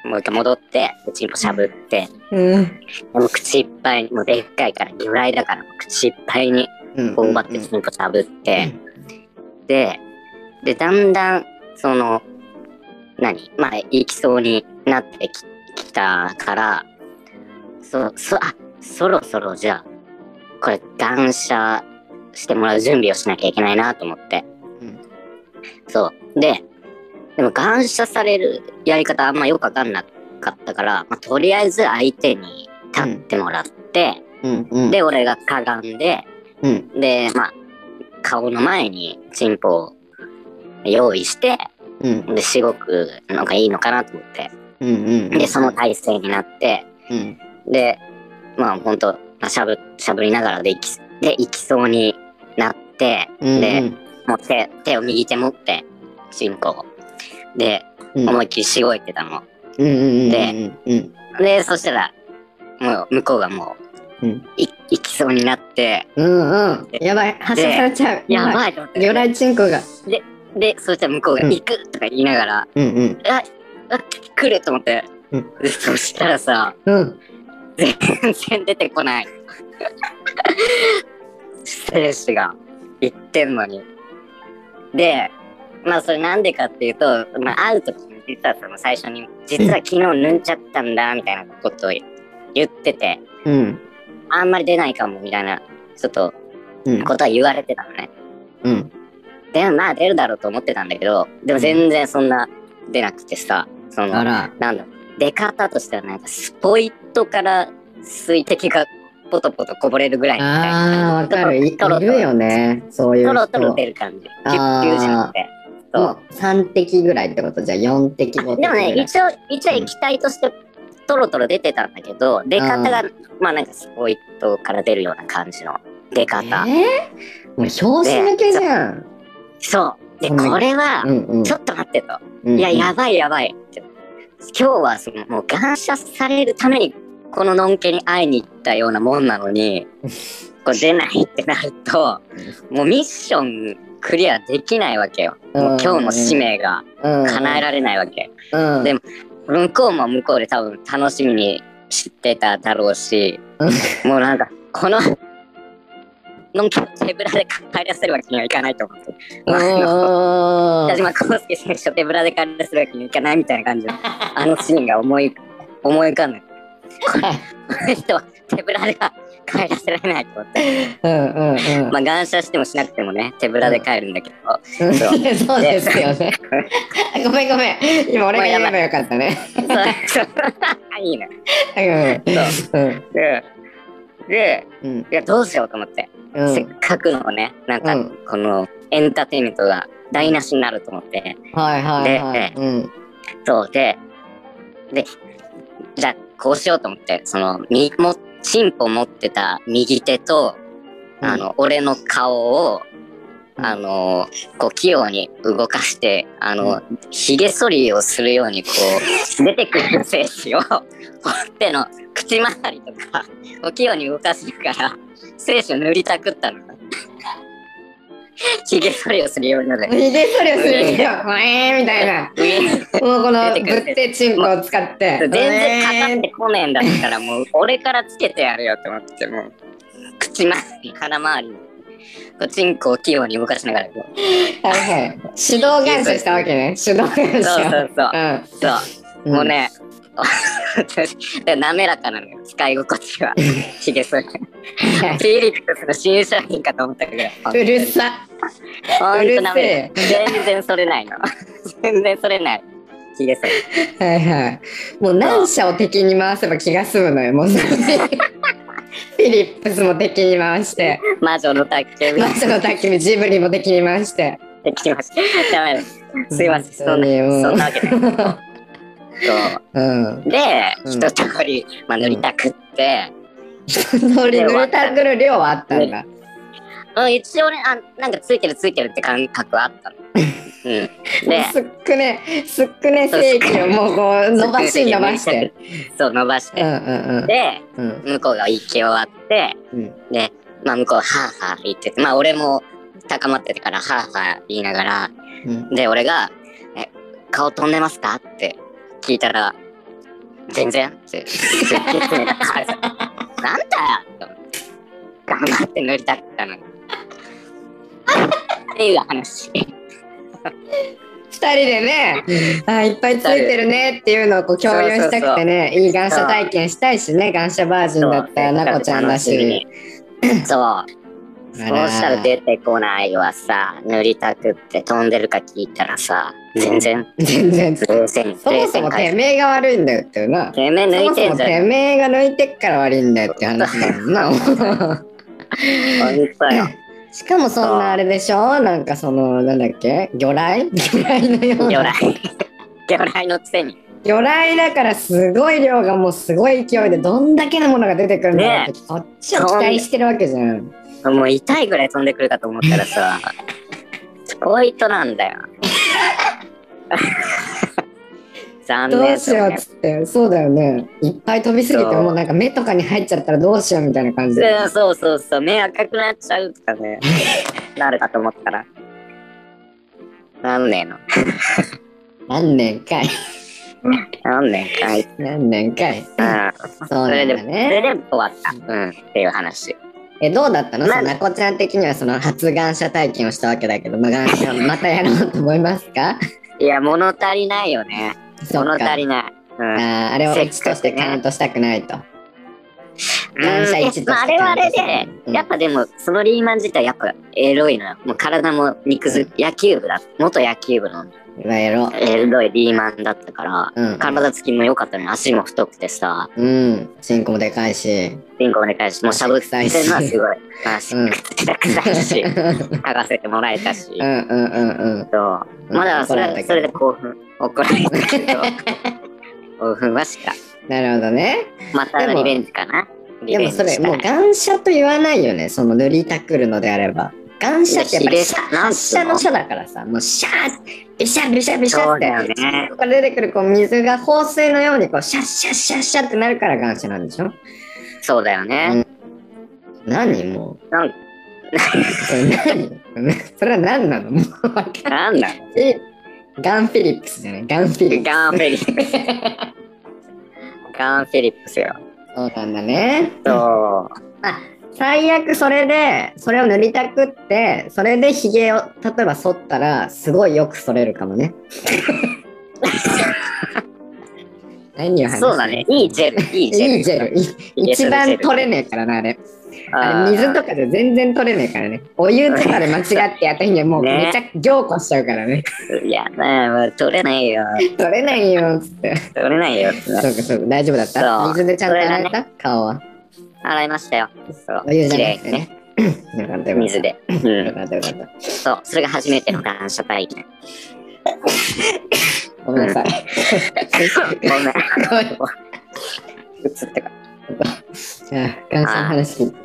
[SPEAKER 2] もう一回戻ってチンポしゃぶって
[SPEAKER 1] うん。
[SPEAKER 2] もう口いっぱいもうでっかいから魚雷だから口いっぱいに
[SPEAKER 1] うん
[SPEAKER 2] 頬張ってチンポしゃぶって、ででだんだんその何まあ行きそうになってききたからそそあそろそろじゃあこれ断捨してもらう準備をしなきゃいけないなと思って、
[SPEAKER 1] うん
[SPEAKER 2] そうででも感謝されるやり方あんまよくわかんなかったから、まあ、とりあえず相手に立ってもらって、
[SPEAKER 1] うん。うん。
[SPEAKER 2] で俺がかがんで
[SPEAKER 1] うん。
[SPEAKER 2] で、まあ、顔の前にチンポを用意して、
[SPEAKER 1] うん。
[SPEAKER 2] ですごくなんかいいのかなと思って
[SPEAKER 1] うんうん。
[SPEAKER 2] でその、体勢になって
[SPEAKER 1] うん。
[SPEAKER 2] でまあほんとまあしゃぶしゃぶりながらでいきでいきそうになって
[SPEAKER 1] うん
[SPEAKER 2] で、もう手手を右手持って進行で
[SPEAKER 1] うん
[SPEAKER 2] 思いっきりしごいてたの。
[SPEAKER 1] うんうんうん。
[SPEAKER 2] で
[SPEAKER 1] うん。
[SPEAKER 2] でそしたらもう向こうがもう、
[SPEAKER 1] うん
[SPEAKER 2] いいきそうになって
[SPEAKER 1] うんうん。やばい、発射されちゃう。
[SPEAKER 2] やばいと思っ
[SPEAKER 1] い。魚
[SPEAKER 2] て
[SPEAKER 1] 雷チンコが。
[SPEAKER 2] でそしたら向こうが
[SPEAKER 1] うん
[SPEAKER 2] 行くとか言いながら、
[SPEAKER 1] うんうん。
[SPEAKER 2] あ来ると思って、
[SPEAKER 1] うん
[SPEAKER 2] でそしたらさ
[SPEAKER 1] うん。
[SPEAKER 2] 全然出てこない精子が言ってんのにでまあそれなんでかっていうと、まあ、会う時に実はその最初に「実は昨日抜いちゃったんだ」みたいなことを言ってて
[SPEAKER 1] うん。
[SPEAKER 2] あんまり出ないかもみたいなちょっと
[SPEAKER 1] うん。
[SPEAKER 2] ことは言われてたのね
[SPEAKER 1] うん。
[SPEAKER 2] でまあ出るだろうと思ってたんだけどでも全然そんな出なくてさその
[SPEAKER 1] あら。
[SPEAKER 2] なんだ出方としてはなんかスポイトから水滴がポトポトこぼれるぐらいみたい
[SPEAKER 1] ああ、
[SPEAKER 2] な
[SPEAKER 1] わかる。いい
[SPEAKER 2] トロトロ
[SPEAKER 1] るよね。そういう
[SPEAKER 2] ト
[SPEAKER 1] 人。
[SPEAKER 2] ロトロ出る感じキュッキュッじゃなくて
[SPEAKER 1] もう3滴ぐらいってことじゃあ4滴
[SPEAKER 2] そ
[SPEAKER 1] 5
[SPEAKER 2] う
[SPEAKER 1] 滴ぐ
[SPEAKER 2] でも
[SPEAKER 1] らい。
[SPEAKER 2] ね一応一応液体としてトロトロ出てたんだけど出方がまあなんかスポイトから出るような感じの出方、
[SPEAKER 1] えー、もう表紙抜けじゃん。
[SPEAKER 2] そうで
[SPEAKER 1] そんな
[SPEAKER 2] これは
[SPEAKER 1] うんうん
[SPEAKER 2] ちょっと待ってと、
[SPEAKER 1] うんうん。
[SPEAKER 2] いややばいやばいって今日はそのもう感謝されるためにこののんけに会いに行ったようなもんな のにこう出ないってなるともうミッションクリアできないわけよもう今日の使命が叶えられないわけ
[SPEAKER 1] れうん。
[SPEAKER 2] で向こうも向こうで多分楽しみに知ってただろうしもうなんかこののんけを手ぶらで帰らせるわけにはいかないと思って。
[SPEAKER 1] うん うん
[SPEAKER 2] 田島康介選手と手ぶらで帰らせるわけにいかないみたいな 感じのあのシーンが思い思い浮かんないこの 人は手ぶらでは帰らせられないと思って
[SPEAKER 1] うんうん
[SPEAKER 2] まあ感謝してもしなくてもね手ぶらで帰るんだけど、
[SPEAKER 1] うん
[SPEAKER 2] そう
[SPEAKER 1] そうですよね。ごめんごめん。今俺が言えばよかったね。
[SPEAKER 2] そう いいね
[SPEAKER 1] うんうん
[SPEAKER 2] でで
[SPEAKER 1] うん
[SPEAKER 2] いやどうしようと思って、
[SPEAKER 1] うん
[SPEAKER 2] せっかくのねなんか
[SPEAKER 1] うん
[SPEAKER 2] このエンターテインメントが台無しになると思って
[SPEAKER 1] はいはいはい
[SPEAKER 2] で
[SPEAKER 1] うん
[SPEAKER 2] そうででじゃあこうしようと思ってそのみもチンポ持ってた右手とあの、俺の顔を、
[SPEAKER 1] うん
[SPEAKER 2] あのこう器用に動かしてあの、ひげ剃りをするようにこ う出てくる精子をこう手の口周りとかこう器用に動かしながら精子を塗りたくったの。ひげ剃りをするようになる。
[SPEAKER 1] ひげそりをするんだよ。えーみたいな。もうこのぶってチンコを使って。
[SPEAKER 2] 全然かかっ
[SPEAKER 1] え
[SPEAKER 2] てこねえんだったらもう俺からつけてやるよって思ってもう口周り鼻周りにこうチンコを器用に動かしながらこ う
[SPEAKER 1] ーはいはい。手動眼射したわけね。手動眼
[SPEAKER 2] そうそ
[SPEAKER 1] 射。
[SPEAKER 2] うそう。そう。もうね、で 滑らかなのよ、使い心 地は。ひげそれ。フィリップスの新商品かと思ったぐらい。
[SPEAKER 1] うん。うるさ。
[SPEAKER 2] ほんと滑ら
[SPEAKER 1] う
[SPEAKER 2] か全然それないの。 全然それない。ひげそれ。
[SPEAKER 1] はいはい。もう何社を敵に回せば気が済むのよ、もうそれでフ ィリップスも敵に回して、
[SPEAKER 2] 魔女の宅 急便
[SPEAKER 1] マスの焚き火、ジブリも敵に回して。
[SPEAKER 2] できました。ダメです。すいません、そ
[SPEAKER 1] 本
[SPEAKER 2] ん
[SPEAKER 1] 当
[SPEAKER 2] な
[SPEAKER 1] にもう
[SPEAKER 2] そんなわけない。 そう
[SPEAKER 1] うん。
[SPEAKER 2] で、
[SPEAKER 1] うん
[SPEAKER 2] 一通り、まあ、塗りたくって、
[SPEAKER 1] 乗り濡れたぐる量はあったんだ。
[SPEAKER 2] うん、一応ねあ、なんかついてるついてるって感覚はあったの。うん、で、
[SPEAKER 1] すっくね、すっくね正規をもうこう 伸ばし伸ばして。。
[SPEAKER 2] そう、伸ばし
[SPEAKER 1] うんうん
[SPEAKER 2] て。で、
[SPEAKER 1] うんうん
[SPEAKER 2] 向こうが行き終わって、
[SPEAKER 1] うん
[SPEAKER 2] で、まあ向こう、はあはあ言ってて、まあ俺も高まっててから、はあはあ言いながら、
[SPEAKER 1] うん。
[SPEAKER 2] で、俺が、え、顔飛んでますかって聞いたら、全然って、 すっげえ冷たく返されたなんだよって思って頑張って塗りたかったのに。っていう話。
[SPEAKER 1] 二人でね、あいっぱいついてるねっていうのをこう共有したくてね、いい感謝体験したいしね、感謝バージンだったらなこちゃんだし。。
[SPEAKER 2] そう。そうしたら出てこないはさ、塗りたくって飛んでるか聞いたらさ、全然、
[SPEAKER 1] 全然つ
[SPEAKER 2] 冷静に、
[SPEAKER 1] そも
[SPEAKER 2] 冷
[SPEAKER 1] そ
[SPEAKER 2] 静
[SPEAKER 1] も
[SPEAKER 2] に
[SPEAKER 1] て
[SPEAKER 2] 返す。
[SPEAKER 1] めえが悪いんだよっていうな。
[SPEAKER 2] てめえ
[SPEAKER 1] そ
[SPEAKER 2] 抜
[SPEAKER 1] も
[SPEAKER 2] い
[SPEAKER 1] そ
[SPEAKER 2] て
[SPEAKER 1] も
[SPEAKER 2] んじゃ
[SPEAKER 1] て
[SPEAKER 2] ん。
[SPEAKER 1] めえが 抜いてっから悪いんだよって話だもんな。
[SPEAKER 2] 本当よ。
[SPEAKER 1] しかもそんなあれでしょなんかその、なんだっけ魚雷魚雷のような。
[SPEAKER 2] 魚雷。 魚雷のくせに。
[SPEAKER 1] 魚雷だからすごい量がもうすごい勢いでどんだけのものが出てくるんだろうってこっちを期待してるわけじゃん。
[SPEAKER 2] もう痛いぐらい飛んでくるかと思ったらさ、ポイントなんだよ。残念
[SPEAKER 1] ど
[SPEAKER 2] だ
[SPEAKER 1] うし ようっ
[SPEAKER 2] ね。
[SPEAKER 1] つってそうだよねいっぱい飛びすぎて
[SPEAKER 2] そう
[SPEAKER 1] もうなんか目とかに入っちゃったらどうしようみたいな感じで
[SPEAKER 2] うんそうそうそう、目赤くなっちゃうとか ね、なるかと思ったら。何年の
[SPEAKER 1] 何年かい
[SPEAKER 2] 何年かい。うん
[SPEAKER 1] 何年かいそう
[SPEAKER 2] そ
[SPEAKER 1] な
[SPEAKER 2] れ
[SPEAKER 1] ん
[SPEAKER 2] で、
[SPEAKER 1] だ
[SPEAKER 2] それ
[SPEAKER 1] ね
[SPEAKER 2] で終わった。うん、っていう話。
[SPEAKER 1] えどうだったの
[SPEAKER 2] まあ
[SPEAKER 1] そのなこちゃん的にはその発願者体験をしたわけだけどまあ 願者またやろうと思いますか
[SPEAKER 2] いや、物足りないよね。
[SPEAKER 1] そ
[SPEAKER 2] 物
[SPEAKER 1] っか
[SPEAKER 2] 足りない。うん
[SPEAKER 1] あーあれを
[SPEAKER 2] せっかく
[SPEAKER 1] 1
[SPEAKER 2] ね
[SPEAKER 1] としてカウントしたくないと
[SPEAKER 2] うん
[SPEAKER 1] 感謝一途
[SPEAKER 2] いやまああれはあれで、
[SPEAKER 1] うん
[SPEAKER 2] やっぱでも、そのリーマン自体やっぱエロいのよ。もう体も肉づ、野球部だ。元野球部の
[SPEAKER 1] いわゆる
[SPEAKER 2] エロいリーマンだったから、
[SPEAKER 1] うん
[SPEAKER 2] 体つきも良かったのに足も太くてさ、
[SPEAKER 1] うんチンコもでかいし
[SPEAKER 2] ピンコお願いし、もうしゃぶってるのはすごい。足
[SPEAKER 1] うん
[SPEAKER 2] が臭いし、
[SPEAKER 1] う
[SPEAKER 2] 嗅がせてもらえたし。
[SPEAKER 1] んうんうんうん
[SPEAKER 2] そうまだそ
[SPEAKER 1] 怒られたけ
[SPEAKER 2] れ
[SPEAKER 1] ど
[SPEAKER 2] それで興奮、怒られたけど、 興奮はした。
[SPEAKER 1] なるほどね
[SPEAKER 2] またリベンジかな。
[SPEAKER 1] で
[SPEAKER 2] リベ
[SPEAKER 1] も
[SPEAKER 2] ンジ
[SPEAKER 1] それ
[SPEAKER 2] した
[SPEAKER 1] もう願者と言わないよねその塗りたくるのであれば願者ってやっぱ
[SPEAKER 2] いや
[SPEAKER 1] り
[SPEAKER 2] ひ
[SPEAKER 1] シ
[SPEAKER 2] で
[SPEAKER 1] ャ
[SPEAKER 2] なん
[SPEAKER 1] 発
[SPEAKER 2] つうの
[SPEAKER 1] 射の射だからさもうシャービシャビシャビシャ
[SPEAKER 2] そう
[SPEAKER 1] っ
[SPEAKER 2] だ
[SPEAKER 1] て
[SPEAKER 2] よね
[SPEAKER 1] ここから出てくるこう水が放水のようにこうシャッシャッシャッシャッってなるから願者なんでしょ
[SPEAKER 2] そうだよね。
[SPEAKER 1] 何も
[SPEAKER 2] なん
[SPEAKER 1] うそれ何 それは何なの もうわかんない
[SPEAKER 2] なんだ
[SPEAKER 1] えガンフィリップスじゃないガンフィリップス
[SPEAKER 2] ガンフェリ ップス。ガンフェリップスよ。
[SPEAKER 1] そうなんだね
[SPEAKER 2] そ
[SPEAKER 1] 最悪それでそれを塗りたくってそれでひげを例えば剃ったらすごいよく剃れるかも ね何を
[SPEAKER 2] う。
[SPEAKER 1] 話してんの
[SPEAKER 2] そうだね。いいジェル。いいジェル。
[SPEAKER 1] いいジェルい一番取れねえからなあれあれ水とかじゃ全然取れねえからねお湯とかで間違ってやった日にはもう
[SPEAKER 2] ね
[SPEAKER 1] めちゃ凝固しちゃうからね
[SPEAKER 2] か。いや、まあ、取れないよ。
[SPEAKER 1] 取れないよっつって
[SPEAKER 2] 取れないよ。
[SPEAKER 1] そうかそうか大丈夫だっ
[SPEAKER 2] そ
[SPEAKER 1] た
[SPEAKER 2] う
[SPEAKER 1] 水でちゃんと洗えた、顔は
[SPEAKER 2] 洗いましたよ。そう。
[SPEAKER 1] お湯じ
[SPEAKER 2] 綺
[SPEAKER 1] ゃな
[SPEAKER 2] 麗
[SPEAKER 1] くて
[SPEAKER 2] に
[SPEAKER 1] ね
[SPEAKER 2] ね。
[SPEAKER 1] よかったよかった
[SPEAKER 2] 水で。う
[SPEAKER 1] よ
[SPEAKER 2] ん。
[SPEAKER 1] かったよかった
[SPEAKER 2] そう。それが初めての感謝体験。
[SPEAKER 1] ごめん なさい
[SPEAKER 2] ごめん。
[SPEAKER 1] ごめん
[SPEAKER 2] 映ってか。
[SPEAKER 1] じゃあ、感謝の話聞いて。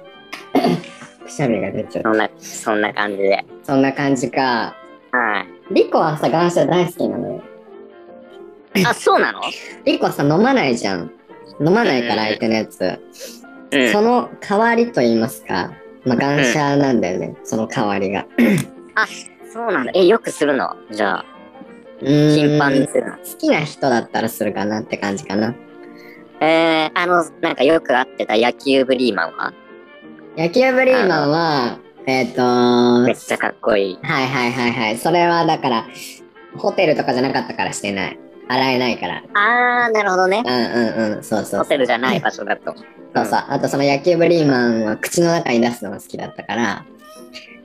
[SPEAKER 1] くしゃみが出ちゃう。
[SPEAKER 2] そんな、そんな感じで。
[SPEAKER 1] そんな感じか。
[SPEAKER 2] は
[SPEAKER 1] リコはさ、感謝大好きなのよ。
[SPEAKER 2] い。あ、そうなの
[SPEAKER 1] リコはさ、飲まないじゃん。飲まないから、相手のやつ。
[SPEAKER 2] うん。
[SPEAKER 1] その代わりと言いますか。まあ、感謝なんだよね。その代わりが。
[SPEAKER 2] あ、そうなんだ。え、よくするのじゃあ、
[SPEAKER 1] うーん
[SPEAKER 2] 頻繁にするの
[SPEAKER 1] 好きな人だったらするかなって感じかな。
[SPEAKER 2] えー、あの、なんかよく会ってた野球ブリーマンは
[SPEAKER 1] 野球ブリーマンは、えっ、と
[SPEAKER 2] めっちゃかっこいい。
[SPEAKER 1] はいはいはいはい。それはだから、ホテルとかじゃなかったからしてない。洗えないから。
[SPEAKER 2] あー、なるほどね。
[SPEAKER 1] うんうんうん。そうそう
[SPEAKER 2] ホテルじゃない場所だ と。
[SPEAKER 1] そうそう。あとその野球ブリーマンは口の中に出すのが好きだったから、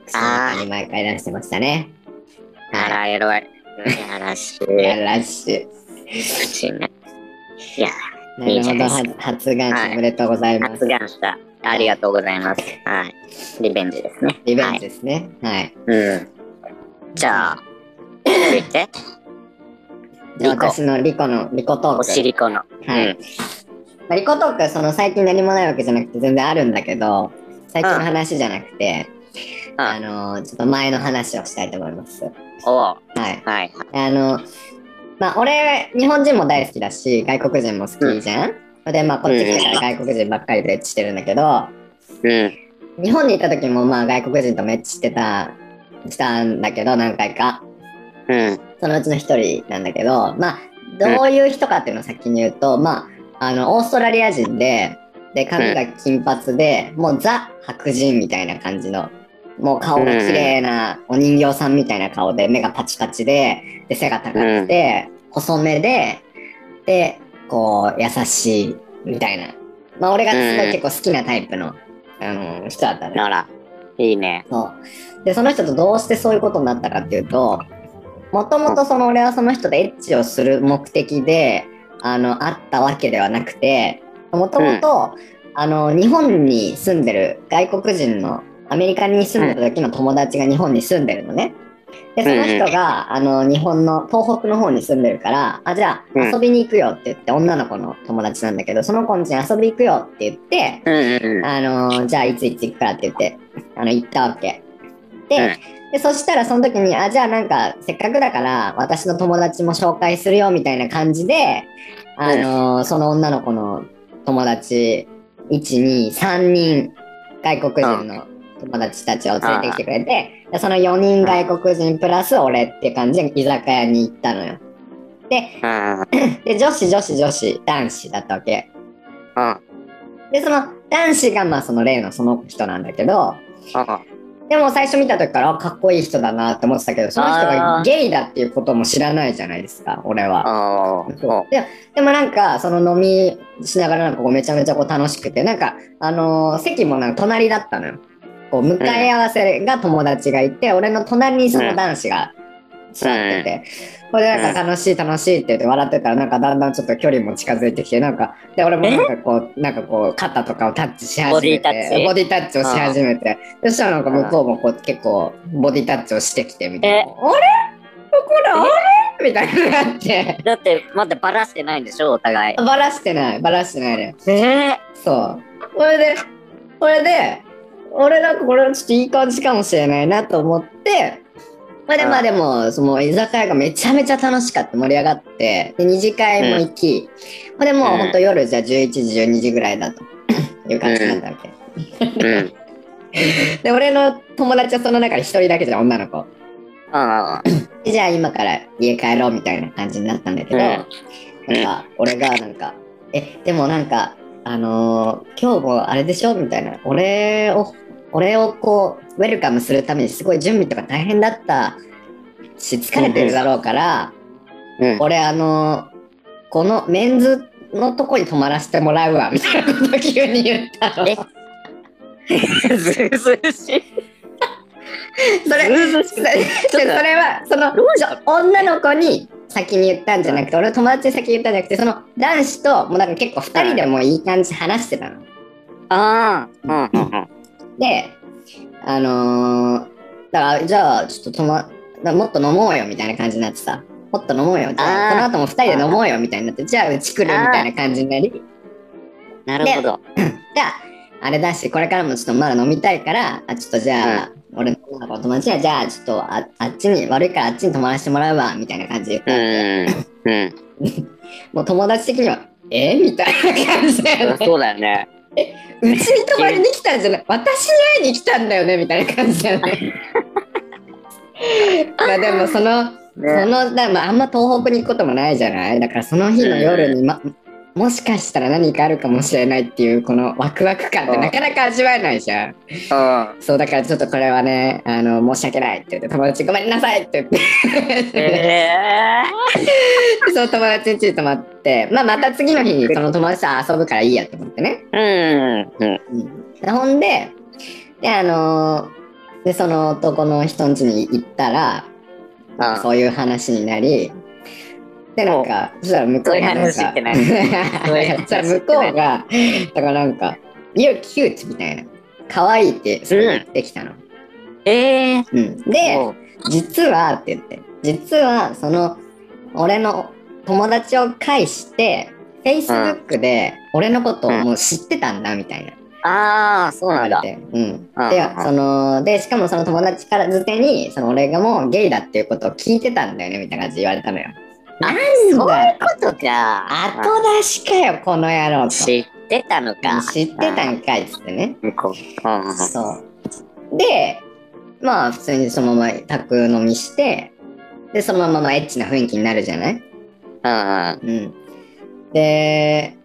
[SPEAKER 1] 口の中に毎回出してましたね。
[SPEAKER 2] あら、エロい。やらし
[SPEAKER 1] い
[SPEAKER 2] い。
[SPEAKER 1] やらし
[SPEAKER 2] 口ね。いや、い
[SPEAKER 1] い。
[SPEAKER 2] いじ
[SPEAKER 1] な
[SPEAKER 2] ゃ
[SPEAKER 1] る
[SPEAKER 2] な
[SPEAKER 1] ほ
[SPEAKER 2] いで
[SPEAKER 1] ど。発願
[SPEAKER 2] は
[SPEAKER 1] 者
[SPEAKER 2] い
[SPEAKER 1] おめでとうございます
[SPEAKER 2] 発。願した。ありがとうございます。はい。リベンジですね。
[SPEAKER 1] リベンジですね。はい。
[SPEAKER 2] はい。うん。じゃあ、続い て、
[SPEAKER 1] じゃあ
[SPEAKER 2] リコ
[SPEAKER 1] 私のリコのリコトー
[SPEAKER 2] おし
[SPEAKER 1] ク。
[SPEAKER 2] りこの。
[SPEAKER 1] はい
[SPEAKER 2] うん。
[SPEAKER 1] まあリコトーク、その最近何もないわけじゃなくて全然あるんだけど、最近の話じゃなくて、
[SPEAKER 2] うん
[SPEAKER 1] あのー、ちょっと前の話をしたいと思います。
[SPEAKER 2] おう
[SPEAKER 1] はい。
[SPEAKER 2] はい。
[SPEAKER 1] あの、まあ、俺、日本人も大好きだし、外国人も好きじゃん。で、まあ、こっち来たら外国人ばっかりでエッチしてるんだけど、
[SPEAKER 2] うん。
[SPEAKER 1] 日本に行った時も、まあ、外国人ともエッチしてた、したんだけど、何回か。
[SPEAKER 2] うん。
[SPEAKER 1] そのうちの一人なんだけど、まあ、どういう人かっていうのを先に言うと、まあ、あの、オーストラリア人で、で、髪が金髪で、もうザ白人みたいな感じの、もう顔が綺麗なお人形さんみたいな顔で、目がパチパチで、で、背が高くて、細めで、で、こう、優しいみたいな。まあ、俺がすごい結構好きなタイプの、あの、人だったね。
[SPEAKER 2] なら、いいね。
[SPEAKER 1] そう。で、その人とどうしてそういうことになったかっていうと、もともとその俺はその人でエッチをする目的で、あの、会ったわけではなくて、もともと、あの、日本に住んでる外国人のアメリカに住んでた時の友達が日本に住んでるのね。で、その人が、あの、日本の東北の方に住んでるから、あ、じゃあ
[SPEAKER 2] うん
[SPEAKER 1] 遊びに行くよって言って、女の子の友達なんだけど、その子んちに遊び行くよって言って、
[SPEAKER 2] うんうん
[SPEAKER 1] あの、じゃあいついつ行くからって言って、あの、行ったわけ。で、
[SPEAKER 2] うん
[SPEAKER 1] でそしたらその時に、あ、じゃあなんか、せっかくだから、私の友達も紹介するよみたいな感じで、あの、その女の子の友達、1、2、3人、外国人の友達たちを連れてきてくれて、でその4人外国人プラス俺って感じで居酒屋に行ったのよ。で、
[SPEAKER 2] うん。
[SPEAKER 1] で女子、女子、女子、男子だったわけ。
[SPEAKER 2] うん。うん。
[SPEAKER 1] で、その男子がまあその例のその人なんだけど、
[SPEAKER 2] う
[SPEAKER 1] でも最初見た時からあかっこいい人だなって思ってたけど、その人
[SPEAKER 2] あ
[SPEAKER 1] が
[SPEAKER 2] ー
[SPEAKER 1] ゲイだっていうことも知らないじゃないですか、俺は。
[SPEAKER 2] ん。うん。
[SPEAKER 1] ででもなんか、その飲みしながらなんかこうめちゃめちゃこう楽しくて、なんか、あのー席もなんか隣だったのよ。こう向かい合わせが友達がいて、俺の隣にその男子が座ってて、これでなんか楽しい楽しいって言って笑ってたら、なんかだんだんちょっと距離も近づいてきて、なんか、で、俺もなんかこう、なんかこう、肩とかをタッチし始めて、
[SPEAKER 2] ボディタッチ
[SPEAKER 1] ボディタッチをし始めて、そしたらなんか向こうもこう結構ボディタッチをしてきてみたいな。あ
[SPEAKER 2] え
[SPEAKER 1] れここらあれみたいになって。
[SPEAKER 2] だって、まだバラしてないんでしょ、お互い。
[SPEAKER 1] バラしてない、バラしてないね。
[SPEAKER 2] ええ
[SPEAKER 1] そう。これで、これで、俺なんかこれちょっといい感じかもしれないなと思って、まあで
[SPEAKER 2] うん
[SPEAKER 1] まあでも、その居酒屋がめちゃめちゃ楽しかった、盛り上がって、で、二次会も行き、これでもうほんと夜じゃあ11時、12時ぐらいだと いう感じだったわけ。
[SPEAKER 2] うん。
[SPEAKER 1] で、俺の友達はその中で一人だけじゃん女の子。
[SPEAKER 2] うん。
[SPEAKER 1] でじゃあ今から家帰ろうみたいな感じになったんだけど、
[SPEAKER 2] うん
[SPEAKER 1] なんか、俺がなんか、え、でもなんか、あのー今日もあれでしょみたいな。俺を、俺をこう、ウェルカムするためにすごい準備とか大変だったし、疲れてるだろうから、
[SPEAKER 2] うん。
[SPEAKER 1] 俺あのーこのメンズのとこに泊まらせてもらうわ、みたいなことを急に言ったの。
[SPEAKER 2] え ずうずうしい。
[SPEAKER 1] それ、
[SPEAKER 2] ずうずうし
[SPEAKER 1] そ
[SPEAKER 2] く
[SPEAKER 1] れ
[SPEAKER 2] ない
[SPEAKER 1] それは、その、女の子に先に言ったんじゃなくて、俺の友達に先に言ったんじゃなくて、その男子と、もうなんか結構二人でもいい感じで話してたの。
[SPEAKER 2] ああ。うん。うん。
[SPEAKER 1] で、あのーだから、じゃあ、ちょっととま、だもっと飲もうよみたいな感じになってさ、もっと飲もうよ、じゃあ、
[SPEAKER 2] あ
[SPEAKER 1] こ
[SPEAKER 2] ー
[SPEAKER 1] の後も二人で飲もうよみたいになって、じゃあ、うち来るみたいな感じになり、じ
[SPEAKER 2] なるほど。
[SPEAKER 1] ゃあ、あれだし、これからもちょっとまだ飲みたいから、あちょっとじゃあ、俺の女の子の友達は、じゃあ、ちょっとああっちに、悪いからあっちに泊まらせてもらうわ、みたいな感じで言っ
[SPEAKER 2] う
[SPEAKER 1] たわけ
[SPEAKER 2] ん。うん。
[SPEAKER 1] もう友達的には、えみたいな感じだよね。
[SPEAKER 2] そうだよね。
[SPEAKER 1] うちに泊まりに来たんじゃない、私に会いに来たんだよねみたいな感じだよね。まあでもその、そのだまああんま東北に行くこともないじゃないだからその日の夜に、ま、もしかしたら何かあるかもしれないっていうこのワクワク感ってなかなか味わえないじゃん
[SPEAKER 2] うん。
[SPEAKER 1] そうだからちょっとこれはねあの申し訳ないって言って友達ごめんなさいって 言って
[SPEAKER 2] ええ。
[SPEAKER 1] その友達についてもらって、まあ、また次の日にその友達と遊ぶからいいやと思ってね。
[SPEAKER 2] うん。うん。
[SPEAKER 1] うん、でほんで、で、あのーで、その男の人ん家に行ったら、
[SPEAKER 2] あ
[SPEAKER 1] そういう話になり、で、なんか、そしたら向こうがなんか、
[SPEAKER 2] そういう話ってない そういう話ってない
[SPEAKER 1] そしたら向こうが、だからなんか、You're cute みたいな、可愛いってそれ言ってきたの。
[SPEAKER 2] ええ。
[SPEAKER 1] うん、で、実はって言って実はその俺の友達を介してフェイスブックで俺のことをもう知ってたんだみたいな
[SPEAKER 2] ああ、そうなんだ。
[SPEAKER 1] 言われて、うん、
[SPEAKER 2] うん
[SPEAKER 1] で
[SPEAKER 2] うん
[SPEAKER 1] そのでしかもその友達からづてにその俺がもうゲイだっていうことを聞いてたんだよねみたいな感じで言われたのよ
[SPEAKER 2] あ
[SPEAKER 1] なん
[SPEAKER 2] そうい
[SPEAKER 1] だ
[SPEAKER 2] うことか。
[SPEAKER 1] 後出しかよこの野郎と
[SPEAKER 2] 知ってたのか。
[SPEAKER 1] 知ってたんかいっつってね
[SPEAKER 2] 向こう。うん。
[SPEAKER 1] そう。で、まあ普通にそのまま宅飲みして、で、そのまままあエッチな雰囲気になるじゃない
[SPEAKER 2] うん。
[SPEAKER 1] うん。で、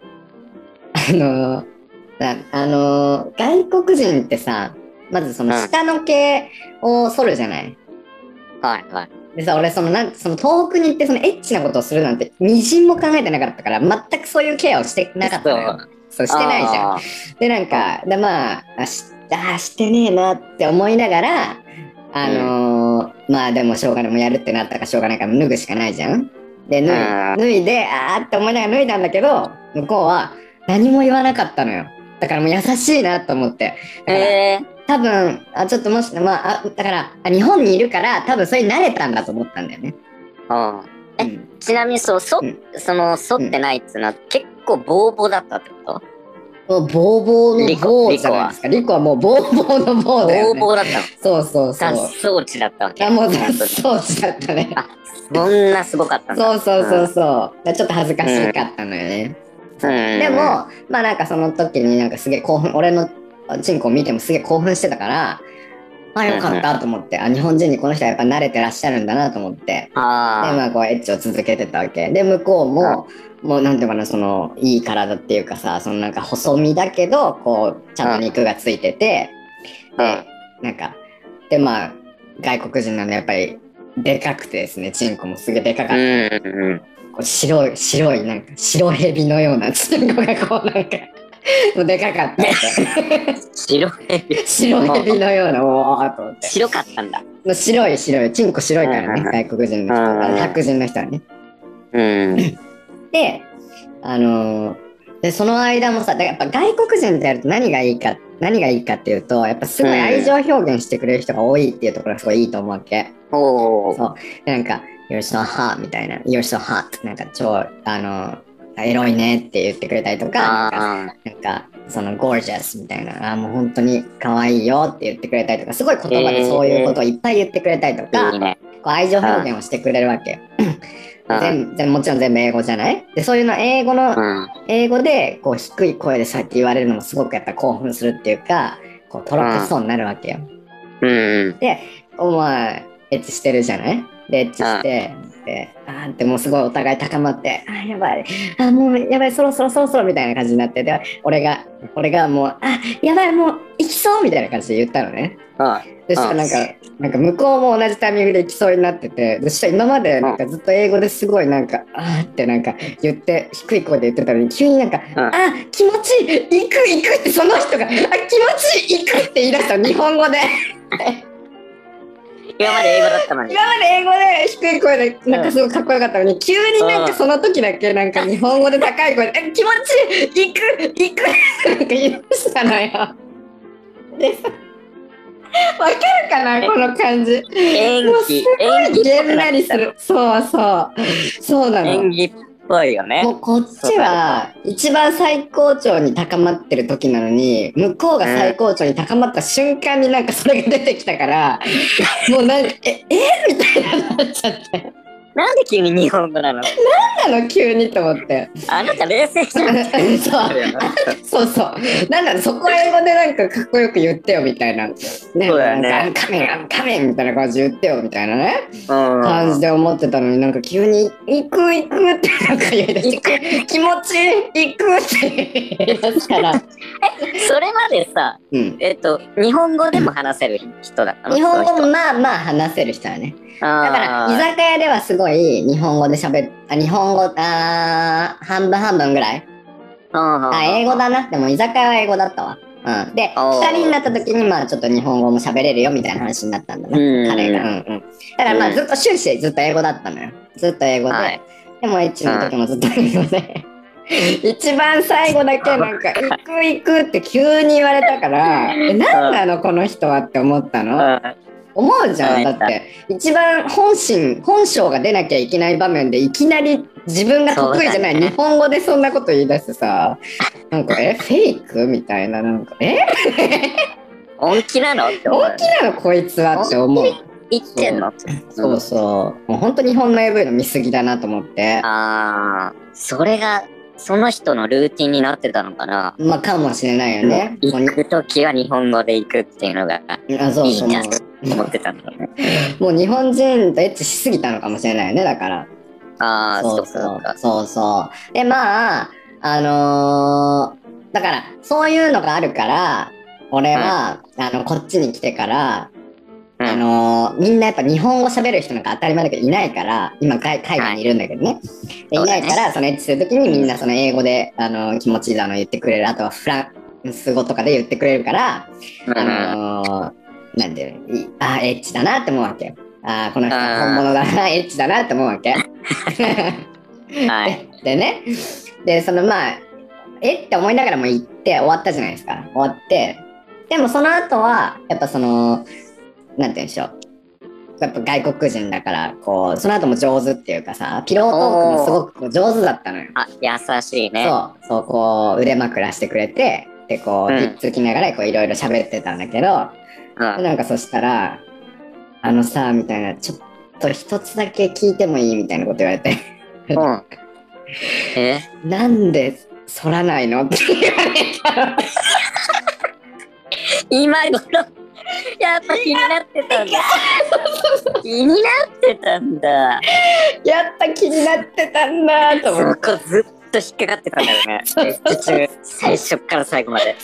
[SPEAKER 1] あの、なあの、外国人ってさ、まずその
[SPEAKER 2] うん
[SPEAKER 1] 下の毛を剃るじゃない
[SPEAKER 2] はいはい。
[SPEAKER 1] でさ、俺そのなん、その東北に行ってそのエッチなことをするなんて、みじんも考えてなかったから、全くそういうケアをしてなかったのよ。そう、してないじゃん。
[SPEAKER 2] ん。
[SPEAKER 1] でなんかでまああしあーしてねえなって思いながらあのーまあでもしょうがないもうやるってなったからしょうがないから脱ぐしかないじゃん。で脱い
[SPEAKER 2] うん
[SPEAKER 1] 脱いであーって思いながら脱いだんだけど向こうは何も言わなかったのよ。だからもう優しいなと思って。だから
[SPEAKER 2] ええ
[SPEAKER 1] 多分あちょっともしまああだからあ日本にいるから多分それに慣れたんだと思ったんだよね。
[SPEAKER 2] あえ
[SPEAKER 1] うん
[SPEAKER 2] ちなみにそう、そ、
[SPEAKER 1] うん
[SPEAKER 2] その、そってないっていうのは、結構ボーボーだったってこと
[SPEAKER 1] もうボーボー
[SPEAKER 2] リ
[SPEAKER 1] の
[SPEAKER 2] コ
[SPEAKER 1] ボーじゃないですか。リコはもうボーボーのボーだよ
[SPEAKER 2] ボー
[SPEAKER 1] ね。
[SPEAKER 2] ボーだったの。
[SPEAKER 1] そうそうそう。
[SPEAKER 2] 脱走置だったわけ。
[SPEAKER 1] あもう
[SPEAKER 2] 本当
[SPEAKER 1] 雑
[SPEAKER 2] に
[SPEAKER 1] 装置だったね。
[SPEAKER 2] あそんなすごかったんだ。
[SPEAKER 1] そうそうそうそう。だからちょっと恥ずかしかったのよね。
[SPEAKER 2] うん
[SPEAKER 1] でも、、まあなんかその時になんかすげえ興奮、俺のチンコを見てもすげえ興奮してたから、あよかったと思って、あ、日本人にこの人はやっぱ慣れてらっしゃるんだなと思って。で
[SPEAKER 2] あ
[SPEAKER 1] まあこうエッチを続けてたわけで向こうももうなんていうかなそのいい体っていうかさそのなんか細身だけどこうちゃんと肉がついててでなんかでまあ外国人なんでやっぱりでかくてですねチンコもすぐでか
[SPEAKER 2] あ。
[SPEAKER 1] か
[SPEAKER 2] う
[SPEAKER 1] っ
[SPEAKER 2] んうんうん。
[SPEAKER 1] た、こう白い白いなんか白蛇のようなチンコがこうなんかもうでかかったわ
[SPEAKER 2] 白い。
[SPEAKER 1] け白蛇のようなおーっと思って
[SPEAKER 2] 白かったんだ。
[SPEAKER 1] もう白い白いチンコ白いからね
[SPEAKER 2] うん
[SPEAKER 1] 外国人の人
[SPEAKER 2] うん
[SPEAKER 1] 白人の人はね
[SPEAKER 2] うん。
[SPEAKER 1] で、あのーで、その間もさ、だからやっぱ外国人とやると何がいいか、何がいいかっていうと、やっぱすごい愛情表現してくれる人が多いっていうところがすごいいいと思うわけ。
[SPEAKER 2] おー。
[SPEAKER 1] でなんか、You're so hot みたいな、You're so hot なんか超、あのーエロいねって言ってくれたりとか、なんか
[SPEAKER 2] あ
[SPEAKER 1] なんかその gorgeous みたいな、あーもう本当に可愛いよって言ってくれたりとか、すごい言葉でそういうことをいっぱい言ってくれたりと
[SPEAKER 2] あ。
[SPEAKER 1] か、
[SPEAKER 2] いいね。
[SPEAKER 1] こう愛情表現をしてくれるわけよ。
[SPEAKER 2] うん
[SPEAKER 1] 全全もちろん全部英語じゃないで、そういうの英語の
[SPEAKER 2] うん。
[SPEAKER 1] 英語でこう低い声でそうやって言われるのもすごくやっぱ興奮するっていうかこうとろかしそうになるわけよ。
[SPEAKER 2] うん。
[SPEAKER 1] お前エッチしてるじゃないでエッチして、であーってもうすごいお互い高まってあーやばいあーもうやばいそろそろそろそろみたいな感じになってで俺が俺がもうあやばいもう行きそうみたいな感じで言ったのね。
[SPEAKER 2] あ
[SPEAKER 1] でしたらなんかなんか向こうも同じタイミングで行きそうになっててでそしたら今までなんかずっと英語ですごいなんかあーってなんか言って低い声で言ってたのに急になんか
[SPEAKER 2] うん
[SPEAKER 1] あ気持ちいい行く行くってその人があ気持ちいい行くって言い出した の日本語で
[SPEAKER 2] 今まで英語だったのに。
[SPEAKER 1] 今まで英語で低い声でなんかすごいかっこよかったのに急になん
[SPEAKER 2] う
[SPEAKER 1] か
[SPEAKER 2] ん
[SPEAKER 1] その時だけなんか日本語で高い声であ気持ちいい行く行くなんか言い出したのよでさわかるかなこの感じ
[SPEAKER 2] 演
[SPEAKER 1] もうす
[SPEAKER 2] 技。
[SPEAKER 1] ご
[SPEAKER 2] 演
[SPEAKER 1] い
[SPEAKER 2] 技。
[SPEAKER 1] げんなりするそうそうそうなの
[SPEAKER 2] 演技っぽいよね
[SPEAKER 1] も。うこっちは一番最高潮に高まってる時なのに向こうが最高潮に高まった瞬間になんかそれが出てきたから、もうなんか「ええみたいななっちゃって
[SPEAKER 2] なんで急に日本語なの
[SPEAKER 1] なんなの急にと思って
[SPEAKER 2] あなた冷静じゃん。
[SPEAKER 1] そうそうそうなんだろうそこ英語でなんかかっこよく言ってよみたいな「ね、
[SPEAKER 2] うだよね
[SPEAKER 1] なんかカメンカメン」みたいな感じで言ってよみたいなね感
[SPEAKER 2] う
[SPEAKER 1] じ
[SPEAKER 2] ん。
[SPEAKER 1] で思ってたのになんか急に「行く行く」ってなんか言い出して「気持ちいい行く」って言い出すから、
[SPEAKER 2] それまでさ、
[SPEAKER 1] うん、
[SPEAKER 2] えっと、日本語でも話せる人だったの
[SPEAKER 1] 日本語
[SPEAKER 2] その
[SPEAKER 1] も
[SPEAKER 2] 人
[SPEAKER 1] まあまあ話せる人はねだ
[SPEAKER 2] だ
[SPEAKER 1] から居酒屋ではすごい日本語で喋るあ日本語あー半分半分ぐらいあ英語だなでも居酒屋は英語だったわ、うん、で
[SPEAKER 2] おー
[SPEAKER 1] 2人になった時にまあちょっと日本語も喋れるよみたいな話になったんだな
[SPEAKER 2] うん
[SPEAKER 1] 彼が、うんうん、だからま
[SPEAKER 2] う
[SPEAKER 1] あ
[SPEAKER 2] ん
[SPEAKER 1] ずっと終始ずっと英語だったのよずっと英語で、
[SPEAKER 2] はい
[SPEAKER 1] でもエッチの時もずっと英語で一番最後だけなんか「行く行く」って急に言われたから「え何なのこの人は」って思ったの、思うじゃ
[SPEAKER 2] は
[SPEAKER 1] ん
[SPEAKER 2] い
[SPEAKER 1] だって一番本心本性が出なきゃいけない場面でいきなり自分が得意じゃない
[SPEAKER 2] そうだね
[SPEAKER 1] 日本語でそんなこと言い出してさなんか「 えフェイク?」みたいななんか「え
[SPEAKER 2] 本気なのって思う
[SPEAKER 1] 本気なのこいつは」って思う
[SPEAKER 2] 言ってんの
[SPEAKER 1] そうそうもう本当日本の AV の見過ぎだなと思って
[SPEAKER 2] ああそれがその人のルーティンになってたのかな、
[SPEAKER 1] まあかもしれないよねもう
[SPEAKER 2] 行く時は日本語で行くっていうのが
[SPEAKER 1] あそう
[SPEAKER 2] いい
[SPEAKER 1] そう
[SPEAKER 2] じゃ
[SPEAKER 1] も
[SPEAKER 2] ん思ってたんだろうね
[SPEAKER 1] うもう日本人とエッチしすぎたのかもしれないよねだから
[SPEAKER 2] ああ
[SPEAKER 1] そ
[SPEAKER 2] そうう
[SPEAKER 1] そ
[SPEAKER 2] か
[SPEAKER 1] う
[SPEAKER 2] そうか
[SPEAKER 1] そうそう。で、まあ、あのーだから、そういうのがあるから、俺は、あの、こっちに来てから、
[SPEAKER 2] うん
[SPEAKER 1] あのーみんなやっぱ日本語喋る人なんか当たり前だけどいないから、今海海外にいるんだけどね。で
[SPEAKER 2] そ
[SPEAKER 1] いな
[SPEAKER 2] うだね
[SPEAKER 1] いから、そのエッチするときにみんなその英語で、あのー気持ちいいだの言ってくれる。あとはフランス語とかで言ってくれるから、
[SPEAKER 2] うん
[SPEAKER 1] あのーなんていうのいあーエッチだなって思うわけよ。あーこの人は本物だな、エッチだなって思うわけ。
[SPEAKER 2] はい
[SPEAKER 1] でねでそのまあえって思いながらも行って終わったじゃないですか終わってでもその後は、やっぱその、なんて言うんでしょう。やっぱ外国人だから、こう、その後も上手っていうかさ、ピロートークもすごくこう上手だったのよ。
[SPEAKER 2] あ、優しいね。
[SPEAKER 1] そう、そう、こう、腕枕してくれて、で、こう、
[SPEAKER 2] うん
[SPEAKER 1] ひっつきながら、こう、いろいろ喋ってたんだけど、
[SPEAKER 2] うん。
[SPEAKER 1] なんかそしたら、あのさ、みたいな、ちょっと一つだけ聞いてもいいみたいなこと言われて、
[SPEAKER 2] うん。え
[SPEAKER 1] なんで反らないのって言われたの。
[SPEAKER 2] 今頃、やっぱ気になってたんだ。気になってたんだ。
[SPEAKER 1] やった気になってたんだと思っ
[SPEAKER 2] そ
[SPEAKER 1] て。
[SPEAKER 2] こずっと引っかかってたんだよね。
[SPEAKER 1] そうそうそう
[SPEAKER 2] レッスン中最初から最後まで。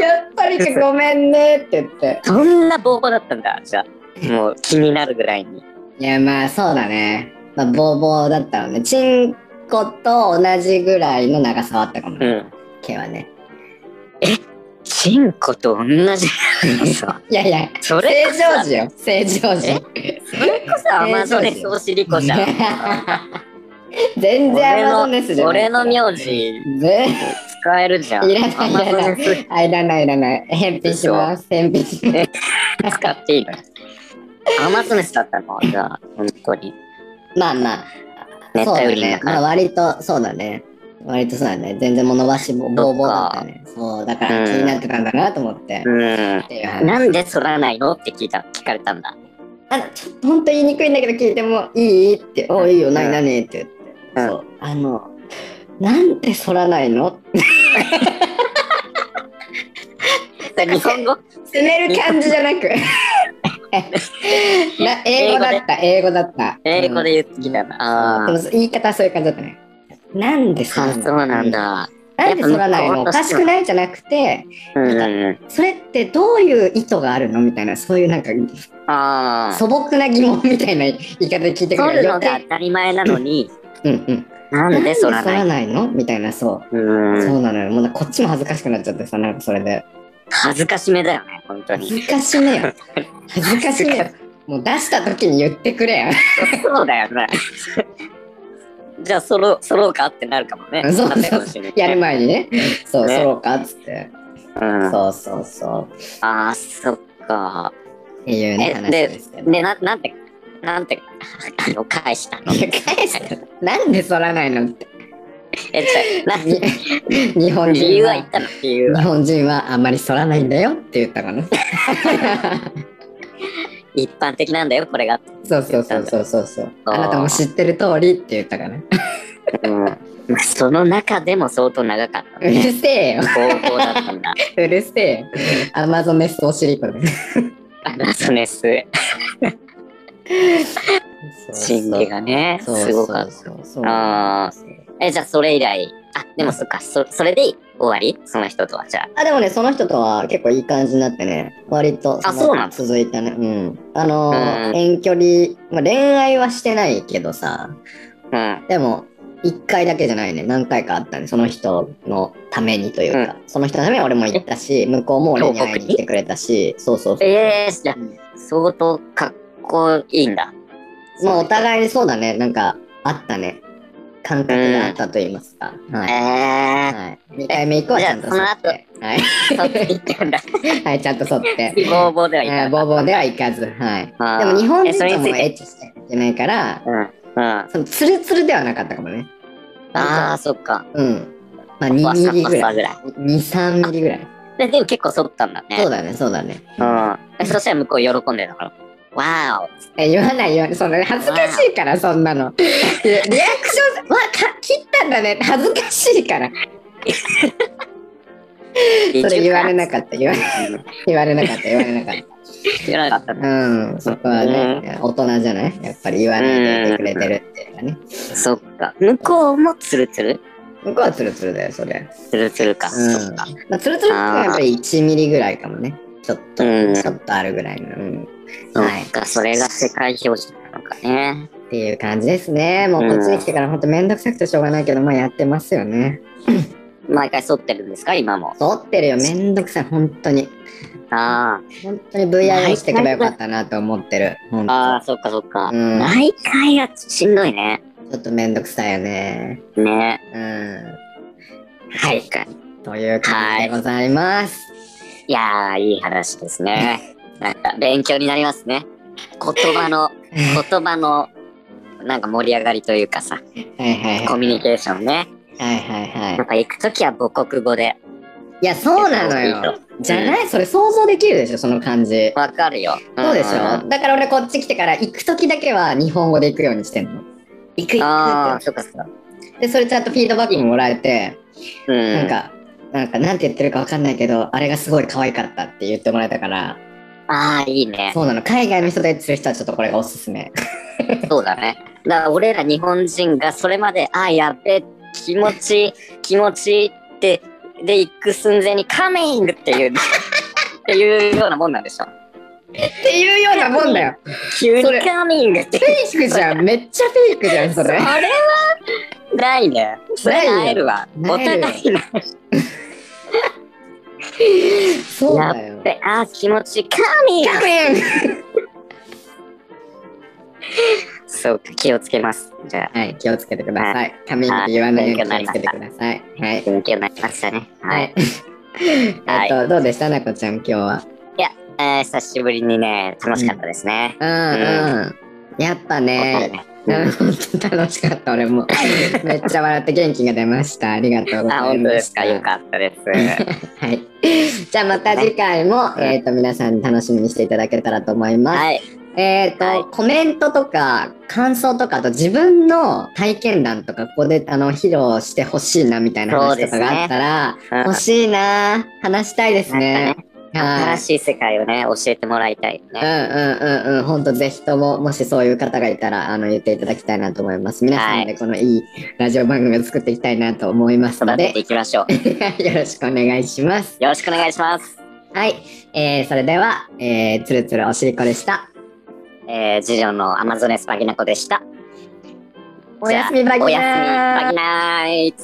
[SPEAKER 1] やっぱりかごめんねって言って。
[SPEAKER 2] そんな暴行だったんだ、じゃあ。もう気になるぐらいに。
[SPEAKER 1] いや、まあそうだね。まあ、ボーボーだったのね。チンコと同じぐらいの長さはあったかも
[SPEAKER 2] う
[SPEAKER 1] ね。
[SPEAKER 2] ん。
[SPEAKER 1] 毛は ね。
[SPEAKER 2] チンコと同じ。さ
[SPEAKER 1] いやいや、
[SPEAKER 2] それ
[SPEAKER 1] 正
[SPEAKER 2] こ
[SPEAKER 1] 常
[SPEAKER 2] そ、
[SPEAKER 1] 時よ。正常時。
[SPEAKER 2] それこそアマゾネスおしりこじゃん。
[SPEAKER 1] 全然
[SPEAKER 2] 俺
[SPEAKER 1] アマ
[SPEAKER 2] の
[SPEAKER 1] ゾネスじゃない。
[SPEAKER 2] 俺の名字
[SPEAKER 1] 全
[SPEAKER 2] 使えるじゃん。
[SPEAKER 1] いらない
[SPEAKER 2] アマゾネス
[SPEAKER 1] あ、いらないいらない。返品します。返品します。
[SPEAKER 2] 使っていいのアマゾネスだったのじゃあ、本当に。
[SPEAKER 1] まあまあ。
[SPEAKER 2] 熱帯雨林
[SPEAKER 1] ね
[SPEAKER 2] だ。か
[SPEAKER 1] まあ
[SPEAKER 2] ら。
[SPEAKER 1] 割と、そうだね。割とそうだね。全然物ばしも、ぼうぼうだったね。そう、だから気になってたんだなと思って。
[SPEAKER 2] う。
[SPEAKER 1] っていうん話
[SPEAKER 2] なんで反らないのって聞いた、聞かれたんだ。
[SPEAKER 1] あちょっと本当言いにくいんだけど聞いてもいいって、おいいよ、
[SPEAKER 2] うん
[SPEAKER 1] なになにって言
[SPEAKER 2] う
[SPEAKER 1] って。
[SPEAKER 2] ん
[SPEAKER 1] そう。あの、なんで反らないの
[SPEAKER 2] 日本語
[SPEAKER 1] 詰める感じじゃな く。な英語だった、英語だった。
[SPEAKER 2] 英語で言ってきたな。あ
[SPEAKER 1] で
[SPEAKER 2] あ。
[SPEAKER 1] も言い方はそういう感じだったね。なんで反ら
[SPEAKER 2] あ
[SPEAKER 1] ない
[SPEAKER 2] そうなん。だ。
[SPEAKER 1] なんで反らない
[SPEAKER 2] や
[SPEAKER 1] の
[SPEAKER 2] っ
[SPEAKER 1] お
[SPEAKER 2] ぱ
[SPEAKER 1] かしくないじゃなくて、
[SPEAKER 2] うんうん。
[SPEAKER 1] それってどういう意図があるのみたいな、そういうなんか
[SPEAKER 2] ああ。
[SPEAKER 1] 素朴な疑問みたいな言い方で聞いてく
[SPEAKER 2] 反
[SPEAKER 1] れ
[SPEAKER 2] る
[SPEAKER 1] る
[SPEAKER 2] のが当たり前なのに、
[SPEAKER 1] うんうん。
[SPEAKER 2] なんで反ら
[SPEAKER 1] 反
[SPEAKER 2] な
[SPEAKER 1] ら
[SPEAKER 2] い
[SPEAKER 1] ないのみたいな、そう。
[SPEAKER 2] うん。
[SPEAKER 1] そうなのよ。もうなんかこっちも恥ずかしくなっちゃってさ、なんかそれで。
[SPEAKER 2] 恥ずかしめだよね、本当
[SPEAKER 1] 恥
[SPEAKER 2] に。
[SPEAKER 1] ずかしめよ。恥ずかしめよ。もう出した時に言ってくれ
[SPEAKER 2] そうだよね。 じゃあ、そろ、そろうかってなるかもね。
[SPEAKER 1] よ。そう
[SPEAKER 2] なって
[SPEAKER 1] そ
[SPEAKER 2] ほ
[SPEAKER 1] う
[SPEAKER 2] しいね。
[SPEAKER 1] やる前にね。そう、
[SPEAKER 2] ね
[SPEAKER 1] そうかっつって。
[SPEAKER 2] うん。
[SPEAKER 1] そうそうそう。
[SPEAKER 2] ああ、そっか。
[SPEAKER 1] っていうね、
[SPEAKER 2] え
[SPEAKER 1] 話ですけど。
[SPEAKER 2] で、な、なんて、なんて、あの、返したの
[SPEAKER 1] いや返してなんで反らないのって。
[SPEAKER 2] え、じゃあ、何
[SPEAKER 1] 日本
[SPEAKER 2] 理
[SPEAKER 1] 人
[SPEAKER 2] 由は言
[SPEAKER 1] は
[SPEAKER 2] っ。たの理由は
[SPEAKER 1] 日。本人はあんまり反らないんだよって言ったかな。
[SPEAKER 2] 一般的なんだよ、これが。
[SPEAKER 1] そうそうそうそうそうそう。
[SPEAKER 2] あー
[SPEAKER 1] あなたも知ってる通りって言ったかな。
[SPEAKER 2] うん。まあその中でも相当長かった
[SPEAKER 1] うる
[SPEAKER 2] ね。
[SPEAKER 1] せえよ。
[SPEAKER 2] 高校だったんだ。
[SPEAKER 1] うるせえよ。アマゾネスおしりこで。
[SPEAKER 2] アナスネス、神経がね、
[SPEAKER 1] そうそう
[SPEAKER 2] すごかった。
[SPEAKER 1] そうそう
[SPEAKER 2] あえ、じゃあそれ以来、あ、でもそっか、そそれで終わりその人とは、じゃあ。
[SPEAKER 1] あでもねその人とは結構いい感じになってね割と
[SPEAKER 2] あ
[SPEAKER 1] の
[SPEAKER 2] そうなんだ
[SPEAKER 1] 続いたねうんあのー
[SPEAKER 2] うん
[SPEAKER 1] 遠距離、まあ、恋愛はしてないけどさ
[SPEAKER 2] うん。
[SPEAKER 1] でも一回だけじゃないね何回かあったねその人のためにというか、その人のために俺も行ったし向こうも俺に会いに来てくれたしそうそうそう
[SPEAKER 2] ええじゃ
[SPEAKER 1] うん
[SPEAKER 2] あ、相当かっこいいんだ。
[SPEAKER 1] まあお互いにそうだねなんかあったね感覚があったと言いますか、はい、
[SPEAKER 2] え
[SPEAKER 1] はい、2回目以降はちゃんと
[SPEAKER 2] じ
[SPEAKER 1] 剃
[SPEAKER 2] ゃあ
[SPEAKER 1] ってはい
[SPEAKER 2] え そっち行ったん だ。
[SPEAKER 1] はい、ち ゃんと剃って。
[SPEAKER 2] ボーボーでは
[SPEAKER 1] え
[SPEAKER 2] いた
[SPEAKER 1] ー
[SPEAKER 2] ん
[SPEAKER 1] ボ
[SPEAKER 2] だ。
[SPEAKER 1] ーボーではいかず。はい。
[SPEAKER 2] あ
[SPEAKER 1] で
[SPEAKER 2] ー
[SPEAKER 1] も日本
[SPEAKER 2] えそれ
[SPEAKER 1] 人と
[SPEAKER 2] につい
[SPEAKER 1] も
[SPEAKER 2] て
[SPEAKER 1] エッチしないといけないから、
[SPEAKER 2] うん。うん。あ
[SPEAKER 1] そのツルツルではなかったかもね。
[SPEAKER 2] あー、そっか。
[SPEAKER 1] うん。まあ
[SPEAKER 2] わ
[SPEAKER 1] 2
[SPEAKER 2] さ
[SPEAKER 1] ミリ
[SPEAKER 2] わ
[SPEAKER 1] ぐら
[SPEAKER 2] さ
[SPEAKER 1] い。
[SPEAKER 2] ぐらい。
[SPEAKER 1] 2、3ミリぐらい。
[SPEAKER 2] で、でも結構剃ったんだね。
[SPEAKER 1] そうだね、そうだね。
[SPEAKER 2] うん。えそしたら向こう喜んでたから。わ
[SPEAKER 1] え、言わない言わない。そんな恥ずかしいから、そんなの。いやリアクション、わ、か切ったんだね。恥ずかしいから。
[SPEAKER 2] ーお
[SPEAKER 1] それ言われな
[SPEAKER 2] か
[SPEAKER 1] かった。言わ言われなかった。言われなかった。
[SPEAKER 2] った。言われなかったね。
[SPEAKER 1] うん。そこはね、大人じゃないやっぱり言わないでいてくれてるっていうかね。
[SPEAKER 2] そっか。向こうもツルツル
[SPEAKER 1] 向こうはツルツルだよ、それ。
[SPEAKER 2] ツルツルか。
[SPEAKER 1] うん
[SPEAKER 2] そっか。
[SPEAKER 1] まあ、ツルツルってのはやっぱり1ミリぐらいかもね。ちょっと、
[SPEAKER 2] うん
[SPEAKER 1] ちょっとあるぐらいの、うん。は。
[SPEAKER 2] はいい。か、それが世界標準なのかね。
[SPEAKER 1] っていう感じですね。もうこっちに来てからほんとめんどくさくてしょうがないけど、まあやってますよね。
[SPEAKER 2] 毎回剃ってるんですか今も。
[SPEAKER 1] 撮ってるよ、めんどくさい、本当に。
[SPEAKER 2] あ
[SPEAKER 1] 本当に VIO してくればよかったなと思ってる。本
[SPEAKER 2] あ。ああ、
[SPEAKER 1] 当。
[SPEAKER 2] そっかそっか。
[SPEAKER 1] うん
[SPEAKER 2] 毎回がしんどいね。
[SPEAKER 1] ちょっとめんどくさいよね。
[SPEAKER 2] ね。
[SPEAKER 1] うん。
[SPEAKER 2] はい。
[SPEAKER 1] という感じでございます。
[SPEAKER 2] いやー、いい話ですね。なんか、勉強になりますね。言 葉の、言葉の、なんか盛り上がりというかさ、
[SPEAKER 1] はいはい
[SPEAKER 2] コ
[SPEAKER 1] はい。
[SPEAKER 2] ミュニケーションね。
[SPEAKER 1] はいはい
[SPEAKER 2] や
[SPEAKER 1] は
[SPEAKER 2] っぱ行くときは母国語で。
[SPEAKER 1] い。いや、そうなのよ。。じゃないそれ想像できるでしょその感じ。
[SPEAKER 2] わかるよ。
[SPEAKER 1] そうでし
[SPEAKER 2] んん
[SPEAKER 1] ょだから俺こっち来てから行く時だけは日本語で行くようにしてんの。行く
[SPEAKER 2] うん
[SPEAKER 1] 行くっ
[SPEAKER 2] ああ、そっかそっか。
[SPEAKER 1] て。で、それちゃんとフィードバックももらえて、
[SPEAKER 2] うん。
[SPEAKER 1] なんか、なんかなんて言ってるかわかんないけど、あれがすごい可愛かったって言ってもらえたから、
[SPEAKER 2] ああ、いいね。
[SPEAKER 1] そうなの。海外の人で釣る人はちょっとこれがおすすめ。
[SPEAKER 2] そうだね。だから俺ら日本人がそれまで、ああ、やっべ、気持ちい い、気持ちいいって、で、行く寸前にカミングっていう、 っていうようなもんなんでしょ。
[SPEAKER 1] っていうようなもんだよ。
[SPEAKER 2] 急
[SPEAKER 1] それ
[SPEAKER 2] にカミングって
[SPEAKER 1] フ。ェイクじゃん。めっちゃフェイクじゃん、そ
[SPEAKER 2] それ
[SPEAKER 1] れ。
[SPEAKER 2] は、ないね。それ
[SPEAKER 1] ないよ
[SPEAKER 2] 会えるわ。お
[SPEAKER 1] な
[SPEAKER 2] 互
[SPEAKER 1] えるよ
[SPEAKER 2] いな。
[SPEAKER 1] そうだよ。
[SPEAKER 2] で、ああ、気持ちいい、カミング
[SPEAKER 1] 100円
[SPEAKER 2] そうか、気をつけます。じゃあ、
[SPEAKER 1] はい、気をつけてください。カミングって言わないように気をつけてください。はい。
[SPEAKER 2] 勉強になりましたね。はい。。
[SPEAKER 1] えっと、どうでしたなこちゃん、今日は。
[SPEAKER 2] えー久しぶりにね、楽しかったですね。
[SPEAKER 1] うんうん。やっぱね、
[SPEAKER 2] う
[SPEAKER 1] うんん本当 楽しかった、俺 も。めっちゃ笑って元気が出ました。ありがとうご
[SPEAKER 2] あ、
[SPEAKER 1] ざい
[SPEAKER 2] 本当
[SPEAKER 1] ま
[SPEAKER 2] で
[SPEAKER 1] し
[SPEAKER 2] す
[SPEAKER 1] た。
[SPEAKER 2] か。よかったです。
[SPEAKER 1] はい。じゃあまた次回も、
[SPEAKER 2] うん
[SPEAKER 1] えっと、皆さん楽しみにしていただけたらと思います。
[SPEAKER 2] はい。
[SPEAKER 1] えっ、と、
[SPEAKER 2] はい
[SPEAKER 1] コメントとか、感想とか、あと自分の体験談とか、ここで、あの、披露してほしいな、みたいな
[SPEAKER 2] そう
[SPEAKER 1] 話
[SPEAKER 2] で
[SPEAKER 1] と
[SPEAKER 2] す
[SPEAKER 1] か
[SPEAKER 2] ね
[SPEAKER 1] があったら、
[SPEAKER 2] うん
[SPEAKER 1] 欲しいな、話したいですね。は
[SPEAKER 2] 新
[SPEAKER 1] い。
[SPEAKER 2] しい世界をね、教えてもらいたい
[SPEAKER 1] うん
[SPEAKER 2] ね。
[SPEAKER 1] うんうんうん、本当ぜひとも、もしそういう方がいたら、あの、言っていただきたいなと思います。皆さんで、このいいラジオ番組を作っていきたいなと思いますの
[SPEAKER 2] 育て
[SPEAKER 1] で
[SPEAKER 2] て、いきましょう。
[SPEAKER 1] よろしくお願いします。
[SPEAKER 2] よろしくお願いします。
[SPEAKER 1] はい。えー、それでは、えー、つるつるおしりこでした。
[SPEAKER 2] えー、次女のアマゾネスバギナコでした。
[SPEAKER 1] おやすみバギナー
[SPEAKER 2] おやすみバギナーイ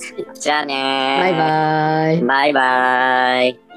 [SPEAKER 2] じゃあねー
[SPEAKER 1] バイバーイ。
[SPEAKER 2] バイバイ。